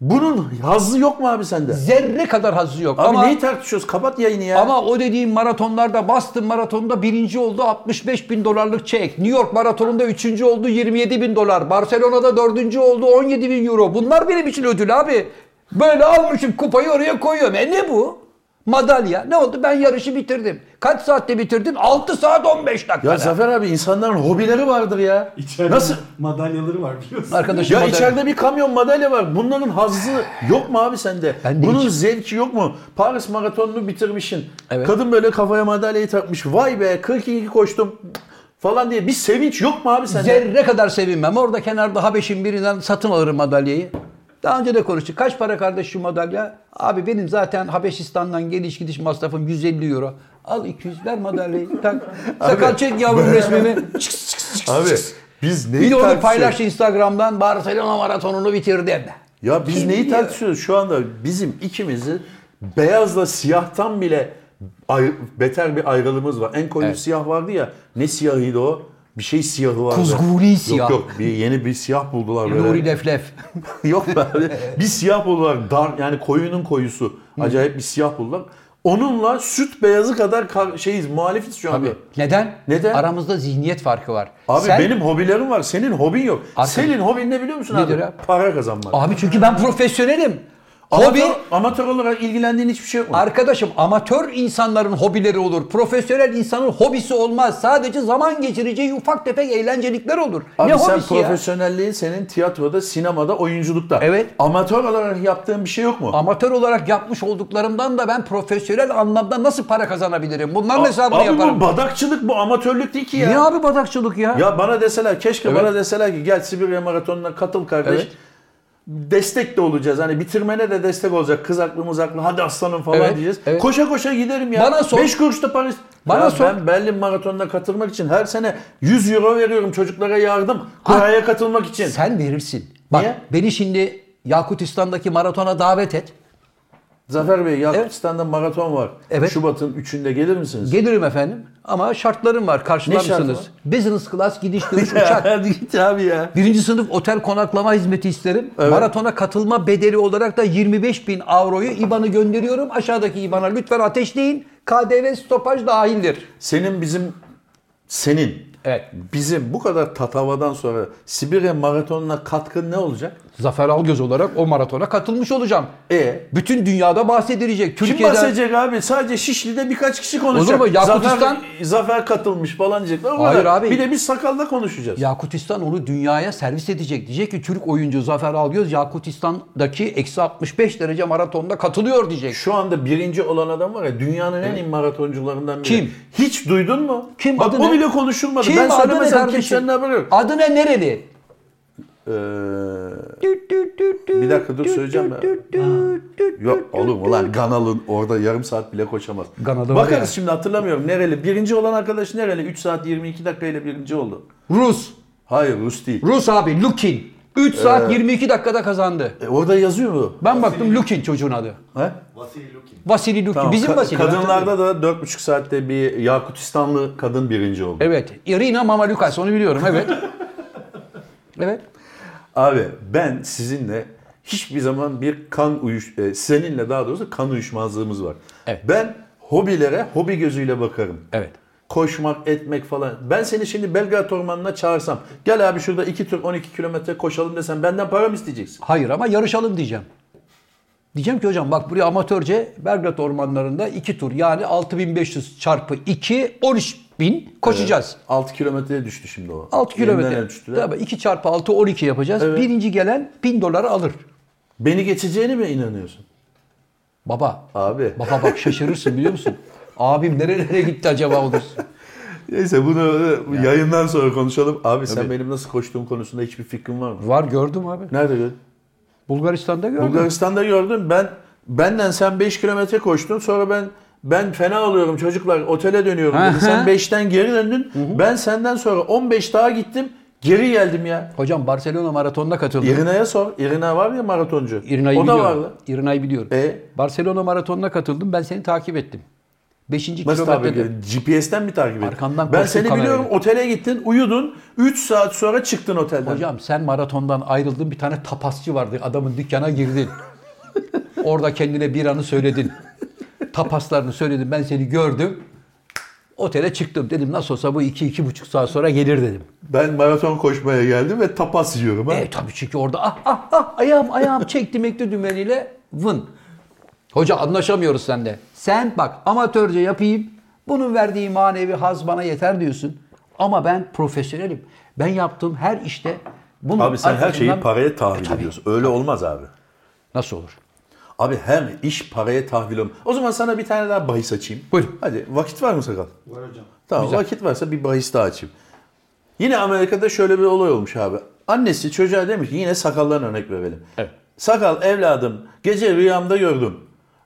Bunun hazzı yok mu abi sende?
Zerre kadar hazzı yok.
Abi
ama,
neyi tartışıyoruz? Kapat yayını ya.
ama o dediğim maratonlarda Boston maratonunda birinci oldu 65 bin dolarlık çek. New York maratonunda üçüncü oldu 27 bin dolar. Barcelona'da dördüncü oldu 17 bin euro. Bunlar benim için ödül abi. Böyle almışım kupayı oraya koyuyorum. E ne bu? Madalya. Ne oldu? Ben yarışı bitirdim. Kaç saatte bitirdin? 6 saat 15 dakika.
ya Zafer abi insanların hobileri vardır ya.
İçeride
Nasıl?
madalyaları var biliyorsun.
Arkadaşım
Ya
madalya-
içeride bir kamyon madalya var. Bunların hazzı yok mu abi sende?
Ben de
Bunun
hiç-
zevki yok mu? Paris maratonunu bitirmişsin.
Evet.
Kadın böyle kafaya madalyayı takmış. Vay be 42 koştum falan diye bir sevinç yok mu abi sende?
Zerre kadar sevinmem. Orada kenarda Habeş'in birinden satın alırım madalyayı. Daha önce de konuştuk. Kaç para kardeş şu madalya? Abi benim zaten Habeşistan'dan geliş gidiş masrafım 150 euro. Al 200 ver madalyayı. Tak. Sakal çek yavrum resmini. Çık, çık, çık, çık.
Abi biz neyi
Bir de onu
tartışıyoruz?
paylaş Instagram'dan Barcelona maratonunu bitirdim.
Ya biz
Kim
neyi
biliyor?
tartışıyoruz? Şu anda bizim ikimizi beyazla siyahtan bile ay- beter bir ayrılığımız var. En koyu
Evet.
siyah vardı ya. Ne siyahıydı o? Bir şey siyahı vardı.
Kuzguni siyah.
Yok yok bir yeni bir siyah buldular. böyle.
Nuri Leflef.
Yok
(laughs)
be abi. Bir siyah buldular. Dar, yani koyunun koyusu. Acayip bir siyah buldular. Onunla süt beyazı kadar kar- şeyiz, muhalifiz şu anda.
Abi, Neden?
Neden?
Aramızda zihniyet farkı var.
Abi
Sen-
benim hobilerim var, senin hobin yok.
Arkadaş-
Senin hobin ne biliyor musun
Nedir
abi?
ya?
Para kazanmak.
Abi çünkü ben profesyonelim.
Amatör-
Hobi
amatör olarak ilgilendiğin hiçbir şey yok mu?
Arkadaşım amatör insanların hobileri olur. Profesyonel insanın hobisi olmaz. Sadece zaman geçireceği ufak tefek eğlencelikler olur.
Abi
ne
sen
hobisi ya?
profesyonelliğin senin tiyatroda, sinemada, oyunculukta.
Evet.
Amatör olarak yaptığın bir şey yok mu?
Amatör olarak yapmış olduklarımdan da ben profesyonel anlamda nasıl para kazanabilirim? Bunların hesabını
abi
yaparım.
bu badakçılık, bu amatörlük değil ki ya.
Niye abi badakçılık ya?
Ya bana deseler keşke
Evet.
bana deseler ki gel Sibirya Maratonu'na katıl kardeş.
Evet.
Destek de olacağız. Hani bitirmene de destek olacak. Kız aklı mız aklı hadi aslanım falan
Evet,
diyeceğiz.
evet.
Koşa koşa giderim ya.
Bana sor.
5 kuruşta Paris.
Bana
Ya
sor.
Ben Berlin Maratonu'na katılmak için her sene 100 euro veriyorum çocuklara yardım. Kuraya katılmak için.
Ah. Sen verirsin. Bak
Niye?
beni şimdi Yakutistan'daki maratona davet et.
Zafer Bey Yakutistan'da maraton var.
Evet.
Şubat'ın 3'ünde gelir misiniz?
Gelirim efendim ama şartlarım var. Karşılar
Ne şartı
mısınız? Business class gidiş
(laughs)
dönüş uçak.
hadi git abi ya.
Birinci sınıf otel konaklama hizmeti isterim.
Evet.
Maratona katılma bedeli olarak da 25 bin avroyu IBAN'ı gönderiyorum. Aşağıdaki IBAN'a lütfen ateşleyin. KDV stopaj dahildir.
Senin bizim senin
Evet.
Bizim bu kadar tatavadan sonra Sibirya maratonuna katkın ne olacak?
Zafer Algöz olarak o maratona katılmış olacağım.
E
Bütün dünyada bahsedilecek.
kim
Türkiye'den...
bahsedecek abi? Sadece Şişli'de birkaç kişi konuşacak.
Olur mu? Yakutistan-
Zafer, Zafer katılmış falan diyecekler. O
Hayır
kadar.
abi.
Bir de biz sakalda konuşacağız.
Yakutistan onu dünyaya servis edecek. Diyecek ki Türk oyuncu Zafer Algöz Yakutistan'daki eksi 65 derece maratonda katılıyor diyecek.
Şu anda birinci olan adam var ya dünyanın en iyi maratoncularından biri.
Kim?
Hiç duydun mu?
Kim?
Bak
Adı
bu
ne?
bile konuşulmadı.
Kim?
ben
Adı ne
söylemesem
kardeşim?
kimsenin haberi yok.
Adı ne nereli?
Ee,
Bir
dakika dur, söyleyeceğim ben. yok oğlum ulan Ganal'ın orada yarım saat bile koşamaz.
Ganal'da var
Bakarız
ya.
şimdi hatırlamıyorum nereli. Birinci olan arkadaş nereli? 3 saat 22 dakikayla birinci oldu.
Rus.
Hayır Rus değil.
Rus abi Lukin. 3 saat 22 dakikada kazandı.
E, orada yazıyor mu?
Ben baktım Lukin çocuğun adı.
He?
Vasily Lukin.
Vasili Lukin.
Tamam,
Bizim
ka-
Vasili.
Kadınlarda da 4,5 saatte bir Yakutistanlı kadın birinci oldu.
Evet. Irina Mamalukas onu biliyorum
(laughs)
evet. evet.
Abi ben sizinle hiçbir zaman bir kan uyuş... e, Seninle daha doğrusu kan uyuşmazlığımız var.
Evet.
Ben hobilere hobi gözüyle bakarım.
Evet.
Koşmak, etmek falan. Ben seni şimdi Belgrad Ormanı'na çağırsam. Gel abi şurada iki tur 12 kilometre koşalım desem benden para mı isteyeceksin?
Hayır ama yarışalım diyeceğim. Diyeceğim ki hocam bak buraya amatörce Belgrad ormanlarında 2 tur yani 6500 çarpı 2 13000 koşacağız.
6 kilometreye düştü şimdi o.
6
Yeniden
kilometre.
ölçtüler.
Tabii 2 çarpı 6 12 yapacağız. Birinci gelen 1000 dolar alır.
Beni geçeceğine mi inanıyorsun?
Baba.
Abi.
Baba bak şaşırırsın biliyor musun? Abim nerelere gitti acaba olursun.
Neyse bunu e, yayından sonra konuşalım. Abi sen benim nasıl koştuğum konusunda hiçbir fikrin var mı?
Var gördüm abi.
Nerede gördün?
Bulgaristan'da gördüm.
Bulgaristan'da gördüm. Ben benden sen 5 kilometre koştun. Sonra ben ben fena oluyorum çocuklar otele dönüyorum dedi.
Aha.
Sen 5'ten geri döndün. Ben senden sonra 15 daha gittim. Geri geldim ya.
Hocam Barcelona maratonuna katıldı.
İrina'ya sor. İrina var ya maratoncu.
İrina'yı
o da
biliyorum.
vardı.
İrina'yı biliyorum.
E?
Barcelona maratonuna katıldım. Ben seni takip ettim. Beşinci
Nasıl takip
kilometrede.
ediyor? GPS'ten mi takip ediyor?
Arkandan
ben
koştu
seni
kamerayla.
biliyorum otele gittin, uyudun. 3 saat sonra çıktın otelden.
Hocam sen maratondan ayrıldın. Bir tane tapasçı vardı. Adamın dükkana girdin. Orada kendine bir anı söyledin. Tapaslarını söyledin. Ben seni gördüm. Otele çıktım. Dedim nasıl olsa bu iki, iki buçuk saat sonra gelir dedim.
Ben maraton koşmaya geldim ve tapas yiyorum. Ha?
E tabii çünkü orada ah ah ah ayağım ayağım çekti mekti dümeniyle vın. Hoca anlaşamıyoruz sende. Sen bak amatörce yapayım. Bunun verdiği manevi haz bana yeter diyorsun. Ama ben profesyonelim. Ben yaptığım her işte bunu
Abi sen her şeyi
arkasından- E,
paraya tahvil ediyorsun. Öyle olmaz abi.
Nasıl olur?
Abi her iş paraya tahvil olmaz. O zaman sana bir tane daha bahis açayım.
Buyurun.
Hadi vakit var mı sakal?
Var hocam.
Tamam vakit varsa bir bahis daha açayım. Yine Amerika'da şöyle bir olay olmuş abi. Annesi çocuğa demiş ki yine sakaldan örnek verelim.
Evet.
Sakal evladım gece rüyamda gördüm.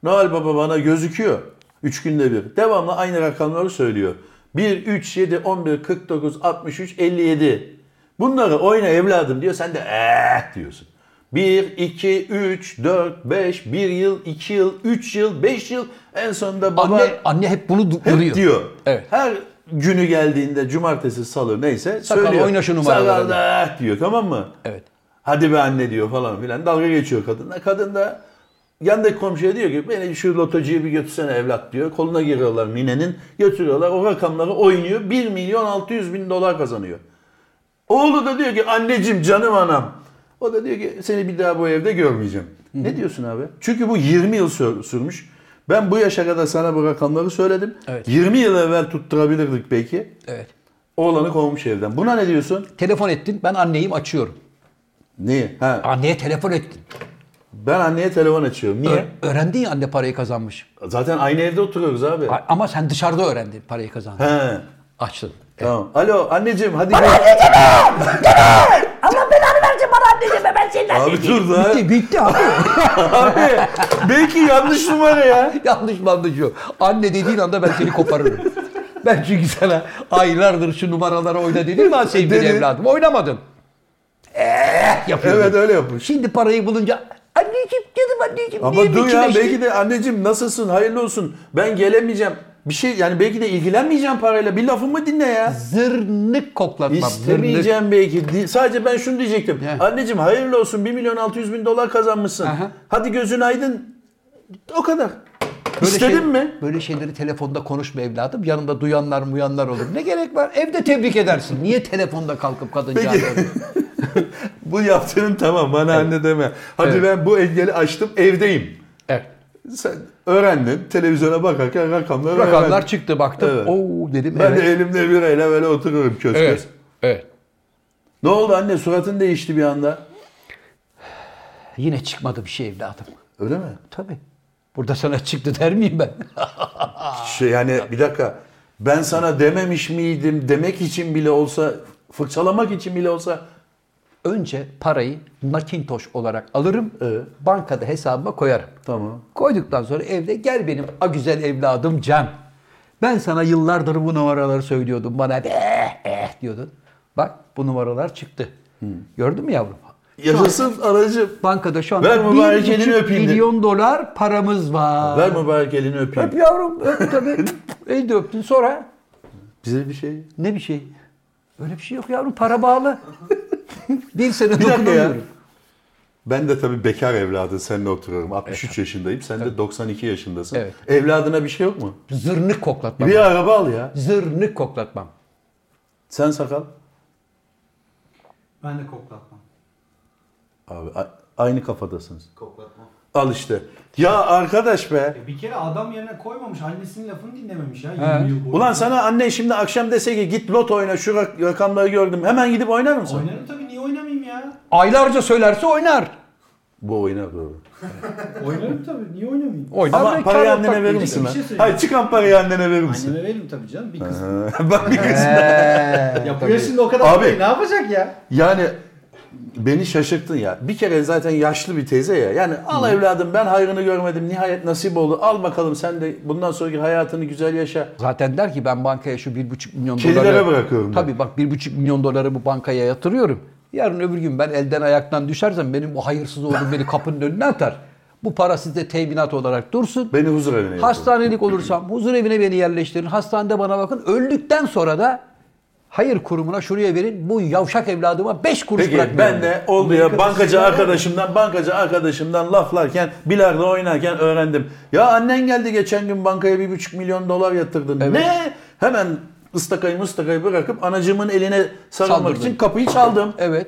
Noel Baba bana gözüküyor. Üç günde bir. Devamlı aynı rakamları söylüyor. 1, 3, 7, 11, 49, 63, 57. Bunları oyna evladım diyor. Sen de eh diyorsun. 1, 2, 3, 4, 5, 1 yıl, 2 yıl, 3 yıl, 5 yıl. En sonunda baba...
Anne, anne hep bunu du-
Hep
duruyor.
diyor.
Evet.
Her günü geldiğinde cumartesi, salı neyse
Sakal
söylüyor.
oyna şu numaraları.
Sakal da "Ah!" diyor tamam mı?
Evet.
Hadi be anne diyor falan filan. Dalga geçiyor kadınla. Kadın da yandaki komşuya diyor ki beni şu lotocuya bir götürsene evlat diyor. Koluna giriyorlar ninenin. Götürüyorlar. O rakamları oynuyor. 1 milyon 600 bin dolar kazanıyor. Oğlu da diyor ki anneciğim canım anam. O da diyor ki seni bir daha bu evde görmeyeceğim. Ne diyorsun abi? Çünkü bu 20 yıl sür- sürmüş. Ben bu yaşa kadar sana bu rakamları söyledim.
Evet.
20 yıl evvel tutturabilirdik belki.
Evet.
Oğlanı kovmuş evden. Buna ne diyorsun?
Telefon ettin. Ben anneyim açıyorum.
Niye? Ha,
Anneye telefon ettin.
ben anneye telefon açıyorum. Niye?
Ö- öğrendin ya anne parayı kazanmış.
Zaten aynı evde oturuyoruz abi.
A- Ama sen dışarıda öğrendin parayı kazandın.
He.
Açtın. E,
Tamam. Alo anneciğim hadi gel. (laughs)
Allah belanı versin bana anneciğime ben seni
Abi dur da.
Bitti bitti abi.
abi belki yanlış numara ya.
(laughs) Yanlış mı anlaşıyor? Anne dediğin anda ben seni koparırım. ben çünkü sana aylardır şu numaralara oyna dedim ben sevgili
Dedi.
evladım. Oynamadın. Eh yapıyordun.
Evet öyle yapmış.
Şimdi parayı bulunca anneciğim canım anneciğim
Ama
niye
dur ya
bitkileştin?
belki de anneciğim nasılsın hayırlı olsun ben gelemeyeceğim. Bir şey yani belki de ilgilenmeyeceğim parayla bir lafımı dinle ya.
Zırnık koklatmam. Zırnık.
İstemeyeceğim belki. Di- Sadece ben şunu diyecektim.
He.
Anneciğim hayırlı olsun 1 milyon 600 bin dolar kazanmışsın.
Aha.
Hadi gözün aydın. O kadar.
Böyle
İstedin
şey-
mi?
Böyle şeyleri telefonda konuşma evladım. Yanında duyanlar muyanlar olur. Ne gerek var? Evde tebrik edersin. Niye telefonda kalkıp kadıncağız
Peki. Bu yaptığın tamam bana anne deme. Hadi
Evet.
ben bu engeli açtım evdeyim.
Evet.
Sen öğrendin televizyona bakarken rakamları
Rakamlar
öğrendin.
çıktı baktım.
Evet.
Oo dedim.
Ben de
evet.
elimde birayla böyle oturuyorum köz köz.
Evet. Evet.
Ne oldu anne suratın değişti bir anda.
Yine çıkmadı bir şey evladım.
Öyle mi?
Tabii. Burada sana çıktı der miyim ben? (laughs)
Şey yani bir dakika. Ben sana dememiş miydim demek için bile olsa, fırçalamak için bile olsa
Önce parayı nakintoş olarak alırım. e,
Evet.
Bankada hesabıma koyarım.
Tamam.
Koyduktan sonra evde gel benim a güzel evladım Cem. Ben sana yıllardır bu numaraları söylüyordum. Bana hep eh eh diyordun. Bak bu numaralar çıktı.
Hmm.
Gördün mü yavrum?
yaşasın aracım.
Bankada şu
Ver
anda
mübarek elini
1,5
öpeyim de.
milyon dolar paramız var.
Ver mübarek elini öpeyim.
Öp yavrum öp
(laughs)
tabii. El de öptün sonra
Bize bir şey.
Ne bir şey? Öyle bir şey yok yavrum. Para bağlı. (laughs) bir sene
Bir dakika ya.
dokunamıyorum.
Ben de tabii bekar evladın seninle oturuyorum. 63 yaşındayım. Sen de 92 yaşındasın.
Evet.
Evladına bir şey yok mu?
Zırnık koklatmam.
Bir araba al ya.
Zırnık koklatmam.
Sen sakal.
Ben de koklatmam.
Abi a- aynı kafadasınız.
Koklatma.
Al işte. Ya arkadaş be.
Ya bir kere adam yerine koymamış. Annesinin lafını dinlememiş ya.
He.
20 yıl boyunca.
Ulan sana anne şimdi akşam dese ki git lot oyna şu rak- rakamları gördüm. Hemen gidip oynar mısın?
Oynarım tabii. Niye oynamayayım ya?
Aylarca söylerse oynar.
Bu oynar doğru.
Oynarım tabii. Niye oynamayayım?
Oynar
Ama
ve
parayı
kar
annene
ortak
verir
değil.
misin
Bir
lan?
şey söyleyeyim.
Hayır çıkan parayı annene verir misin?
Anneme veririm tabii canım. Bir kız.
Bak bir kız. (laughs)
Ee,
Ya bu
tabii.
yaşında o kadar
Abi.
ne yapacak ya?
Yani Beni şaşırttın ya. Bir kere zaten yaşlı bir teyze ya. Yani al evladım ben hayrını görmedim. Nihayet nasip oldu. Al bakalım sen de bundan sonraki hayatını güzel yaşa.
Zaten der ki ben bankaya şu 1,5 milyon
Kedilere
doları...
bırakıyorum ben.
Tabii bak 1,5 milyon doları bu bankaya yatırıyorum. Yarın öbür gün ben elden ayaktan düşersem benim o hayırsız oğlum beni kapının önüne atar. Bu para sizde teminat olarak dursun.
Beni huzur evine yatır.
Hastanelik olursam huzur evine beni yerleştirin. Hastanede bana bakın. Öldükten sonra da hayır kurumuna şuraya verin. Bu yavşak evladıma 5 kuruş
Peki
bırakmayın.
ben de oldu ya bankacı arkadaşımdan bankacı arkadaşımdan laflarken bilardo oynarken öğrendim. Ya annen geldi geçen gün bankaya bir buçuk milyon dolar yatırdın. Ne? Hemen ıstakayı mıstakayı bırakıp anacığımın eline sarılmak
Saldırdın.
için
(laughs)
kapıyı çaldım.
Evet.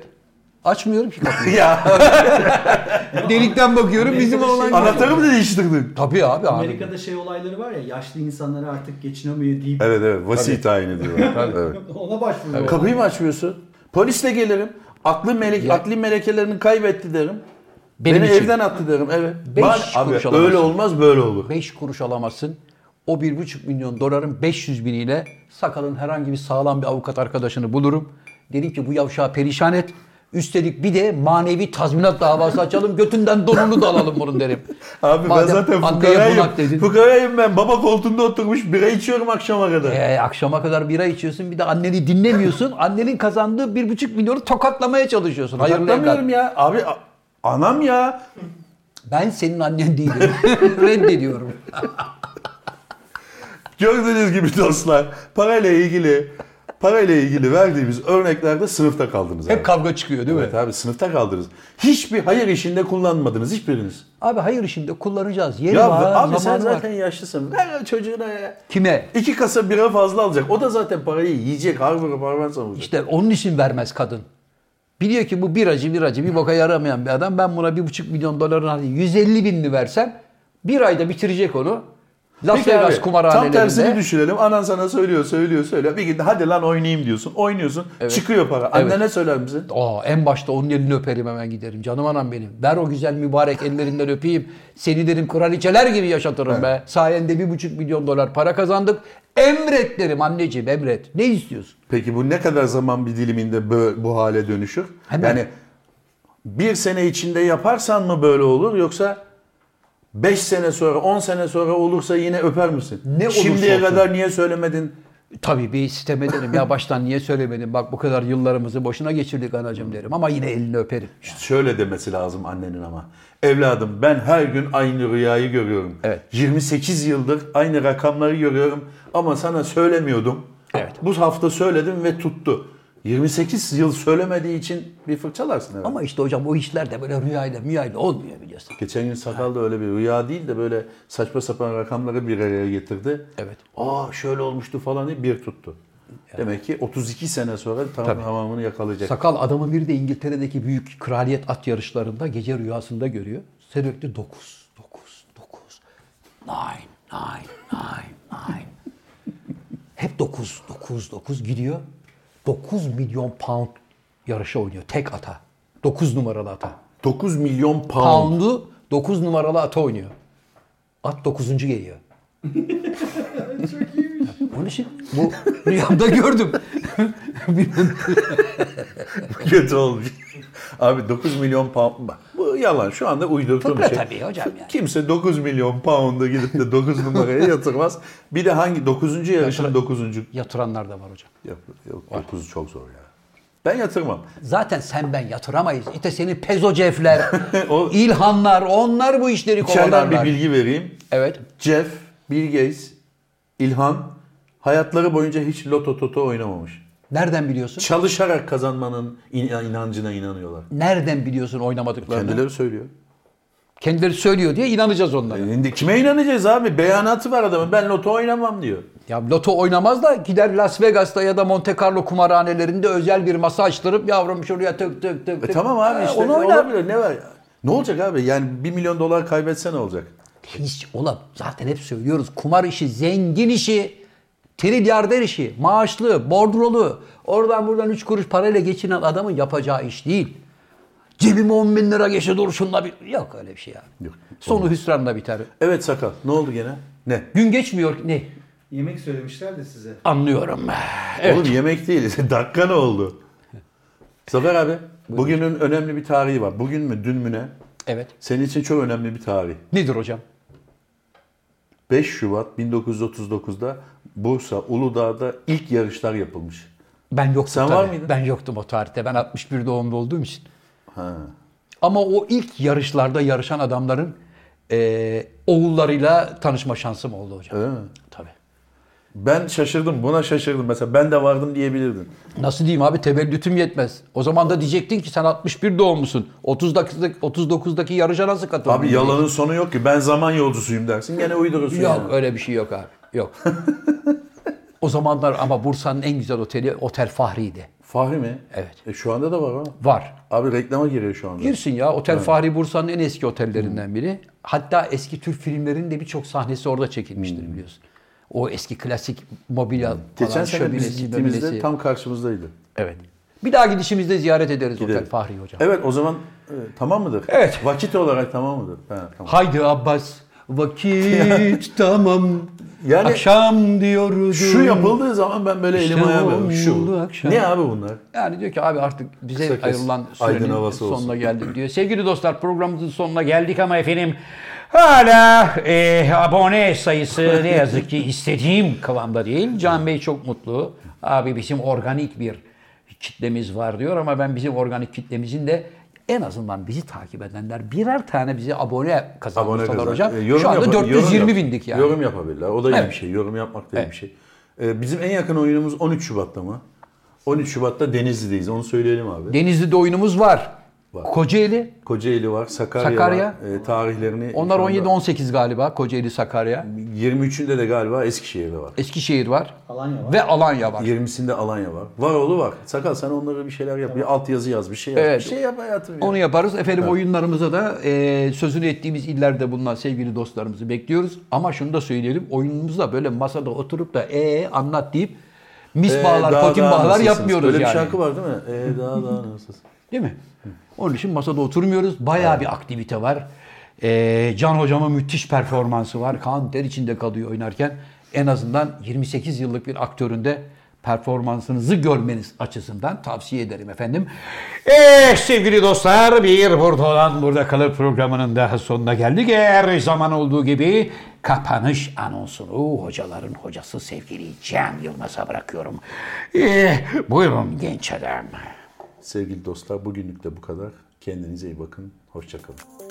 Açmıyorum ki kapıyı.
ya
Delikten bakıyorum bizim oğlan.
anahtarı şey mı değiştirdin?
Tabii abi abi.
Amerika'da şey olayları var ya yaşlı insanlara artık geçinemiyor deyip
Evet evet vasi tayin ediyorlar. Evet.
(laughs) ona başvuruyor.
Kapıyı mı açmıyorsun? Polisle gelirim. Aklı melek, akli melekelerini kaybetti derim.
Benim
Beni
için.
evden attı derim. Evet.
Beş
Bari-
kuruş
abi,
alamazsın.
öyle olmaz böyle olur.
5 kuruş alamazsın. O 1,5 milyon doların 500 biniyle sakalın herhangi bir sağlam bir avukat arkadaşını bulurum. Dedim ki bu yavşağı perişan et. Üstelik bir de manevi tazminat davası açalım. Götünden donunu da alalım bunun derim.
(laughs) Abi
Madem
ben zaten
anneye
fukarayım.
bunak dedin.
Fukarayım ben. Baba koltuğunda oturmuş bira içiyorum akşama kadar.
Ee, akşama kadar bira içiyorsun bir de anneni
(laughs)
dinlemiyorsun. Annenin kazandığı 1,5 milyonu tokatlamaya çalışıyorsun. Hayırlı evlat.
Hatırlamıyorum ya. Abi a- anam ya.
Ben senin annen değilim. (laughs) Reddediyorum.
Gördüğünüz gibi dostlar parayla ilgili parayla ilgili verdiğimiz örneklerde sınıfta kaldınız. abi.
Hep kavga çıkıyor değil mi?
Evet abi sınıfta kaldınız. Hiçbir hayır işinde kullanmadınız hiçbiriniz.
Abi hayır işinde kullanacağız. Yeri
ya
var,
abi sen
zamanı
zaten
var.
yaşlısın. Ver çocuğuna ya.
Kime?
İki kasa bira fazla alacak. O da zaten parayı yiyecek. Harvard harvard savunacak.
İşte onun için vermez kadın. Biliyor ki bu biracı biracı bir boka yaramayan bir adam. Ben buna bir buçuk milyon doların hani 150 binini versem bir ayda bitirecek onu. Las
Peki
Vegas
abi, Tam tersini
kumarhanelerinde.
düşünelim. Anan sana söylüyor, söylüyor, söylüyor. Bir gün de hadi lan oynayayım diyorsun. Oynuyorsun. Çıkıyor para.
Evet.
Annene söyler misin?
Aa, en başta onun elini öperim hemen giderim. Canım anam benim. Ver o güzel mübarek ellerinden öpeyim. Seni derim kraliçeler gibi yaşatırım be. Sayende bir buçuk milyon dolar para kazandık. Emret derim anneciğim emret. Ne istiyorsun?
Peki bu ne kadar zaman bir diliminde bö- bu hale dönüşür?
Hemen.
Yani bir sene içinde yaparsan mı böyle olur yoksa 5 sene sonra, 10 sene sonra olursa yine öper misin?
Ne olursa
Şimdiye
olsun.
kadar niye söylemedin?
Tabii bir sitem ederim. Ya baştan niye söylemedin? Bak bu kadar yıllarımızı boşuna geçirdik anacığım derim. Ama yine elini öperim.
Şöyle demesi lazım annenin ama. Evladım ben her gün aynı rüyayı görüyorum.
Evet.
28 yıldır aynı rakamları görüyorum ama sana söylemiyordum.
Evet.
Bu hafta söyledim ve tuttu. 28 yıl söylemediği için bir fırçalarsın evet.
Ama işte hocam o işler de böyle rüyayla müyayla olmuyor biliyorsun.
Geçen gün sakal da öyle bir rüya değil de böyle saçma sapan rakamları bir araya getirdi.
Evet.
Aa şöyle olmuştu falan diye bir tuttu. Demek ki 32 sene sonra tam tamamını yakalayacak.
Sakal adamı bir de İngiltere'deki büyük kraliyet at yarışlarında gece rüyasında görüyor. Sürekli 9, 9, 9, 9, 9, 9, 9. Hep 9, 9, 9 gidiyor. 9 milyon pound yarışa oynuyor tek ata. 9 numaralı ata.
9 milyon pound.
Pound'u 9 numaralı ata oynuyor. At 9. geliyor. Çok iyiymiş. Onun için bu rüyamda gördüm. (laughs)
Kötü olmuş. Abi 9 milyon pound. Bak, Bu yalan şu anda uydurduğum
Fıkra
şey.
tabii hocam yani.
Kimse 9 milyon pound'a gidip de 9 numaraya yatırmaz. Bir de hangi 9. yarışın 9.
Yatıranlar da var hocam.
Yok, yok 9 çok zor ya. Ben yatırmam.
Zaten sen ben yatıramayız. İşte seni pezocefler,
O-
ilhanlar onlar bu işleri
İçeriden bir
kovalarlar.
bilgi vereyim.
Evet.
Jeff, Bill Gates, İlhan hayatları boyunca hiç loto toto oynamamış.
Nereden biliyorsun?
Çalışarak kazanmanın in- inancına inanıyorlar.
Nereden biliyorsun oynamadıklarını? Kendileri,
Kendileri söylüyor. E,
söylüyor diye inanacağız onlara.
Şimdi kime inanacağız abi? Beyanatı var adamın. Ben loto oynamam diyor.
Ya loto oynamaz da gider Las Vegas'ta ya da Monte Carlo kumarhanelerinde özel bir masa açtırıp yavrum şuraya tık tık tık.
E
tık.
tamam abi
Ha,
işte
onu
ne
oynar.
olabilir ne var ya? Ne olacak abi? Yani 1 milyon dolar kaybetse ne olacak?
Hiç ola zaten hep söylüyoruz kumar işi, zengin işi, trilyarder işi, maaşlı, bordrolu, oradan buradan üç kuruş parayla geçinen adamın yapacağı iş değil. Cebime 10 bin lira geçe dursunla bir... Yok öyle bir şey ya.
Yok.
Sonu hüsranla biter.
Evet sakal. Ne oldu gene? Ne?
Gün geçmiyor ne?
Yemek söylemişler de size.
Anlıyorum. Evet.
(laughs) Oğlum yemek değil. Dakika ne oldu? Zafer abi. Bugünün önemli bir tarihi var. Bugün mü dün mü ne?
Evet.
Senin için çok önemli bir tarih.
Nedir hocam?
5 Şubat 1939'da Bursa Uludağ'da ilk yarışlar yapılmış.
Ben yoktum
Sen
tabii.
var mıydın?
Ben yoktum o tarihte. Ben 61 doğumlu olduğum için. Ama o ilk yarışlarda yarışan adamların eee, oğullarıyla tanışma şansım oldu hocam.
Öyle mi?
Tabii.
Ben şaşırdım. Buna şaşırdım. Mesela ben de vardım diyebilirdin.
Nasıl diyeyim abi tevellütüm yetmez. O zaman da diyecektin ki sen 61 doğumlusun. 39'daki 39'daki yarışa nasıl katıldın?
Abi yalanın sonu yok ki. Ben zaman yolcusuyum dersin. Gene uydurursun.
Yok
yani.
öyle bir şey yok abi.
(laughs)
Yok. o zamanlar ama Bursa'nın en güzel oteli Otel Fahri'ydi.
Fahri mi?
Evet.
E, şu anda da var ama.
Var.
Abi reklama giriyor şu anda.
Girsin ya. Otel Fahri Bursa'nın en eski otellerinden biri. Hatta eski Türk filmlerinin de birçok sahnesi orada çekilmiştir biliyorsun. O eski klasik mobilya falan.
Geçen sene biz
şöminesi,
gittiğimizde
möminesi.
tam karşımızdaydı.
Evet. Bir daha gidişimizde ziyaret ederiz
Gidelim.
Otel Fahri'yi hocam.
Evet o zaman e, tamam mıdır?
Evet.
Vakit olarak tamam mıdır? Ha, tamam.
Haydi Abbas
(laughs)
vakit tamam.
Yani-
akşam diyoruz.
Şu yapıldığı zaman ben böyle
İşte
elimi ayağımı yapıyorum.
oldu
Şu.
akşam.
Ne abi bunlar?
Yani diyor ki abi artık bize
Kısa kes.
ayrılan
Aydın
sürenin
havası
sonuna
olsun.
geldik diyor. Sevgili dostlar programımızın sonuna geldik ama efendim hala eh, abone sayısı ne yazık ki istediğim kıvamda değil. Can Bey çok mutlu. Abi bizim organik bir kitlemiz var diyor ama ben bizim organik kitlemizin de en azından bizi takip edenler birer tane bize abone kazanmışlar
kazan-
hocam.
E, yorum
Şu anda
yapa- yorum
420
yap-
bindik yani.
Yorum yapabilirler. O da iyi
Evet.
bir şey. Yorum yapmak da iyi
Evet.
bir şey. E, bizim en yakın oyunumuz 13 Şubat'ta mı? 13 Şubat'ta Denizli'deyiz. Onu söyleyelim abi.
Denizli'de oyunumuz var.
Var.
Kocaeli.
Kocaeli var, Sakarya,
Sakarya.
var. E, tarihlerini
Onlar
şu anda-
17-18 galiba Kocaeli Sakarya.
23'ünde de galiba Eskişehir'de var.
Eskişehir var.
Alanya var.
Ve Alanya var.
20'sinde Alanya var. Varoğlu var. Sakal sen onlara bir şeyler yap. Bir altyazı yaz, bir şey yap.
Evet.
Bir şey yap hayatım ya.
Onu yaparız. Efendim oyunlarımıza da e, sözünü ettiğimiz illerde bulunan sevgili dostlarımızı bekliyoruz. Ama şunu da söyleyelim. Oyunumuzda böyle masada oturup da ee anlat deyip mis
Ee,
bağlar,
daha
potin
daha
bağlar
nasılsınız?
yapmıyoruz
Öyle
yani.
bir şarkı var değil mi? Ee, daha daha nasılsın?
Değil mi? Onun için masada oturmuyoruz. Bayağı bir aktivite var. E, Can hocamın müthiş performansı var. Kaan ter içinde kalıyor oynarken. En azından 28 yıllık bir aktöründe performansınızı görmeniz açısından tavsiye ederim efendim. Eh sevgili dostlar bir burada olan burada kalır programının daha sonuna geldik. Her zaman olduğu gibi kapanış anonsunu hocaların hocası sevgili Can Yılmaz'a bırakıyorum. Eh, buyurun genç adam.
Sevgili dostlar bugünlük de bu kadar. Kendinize iyi bakın. Hoşçakalın.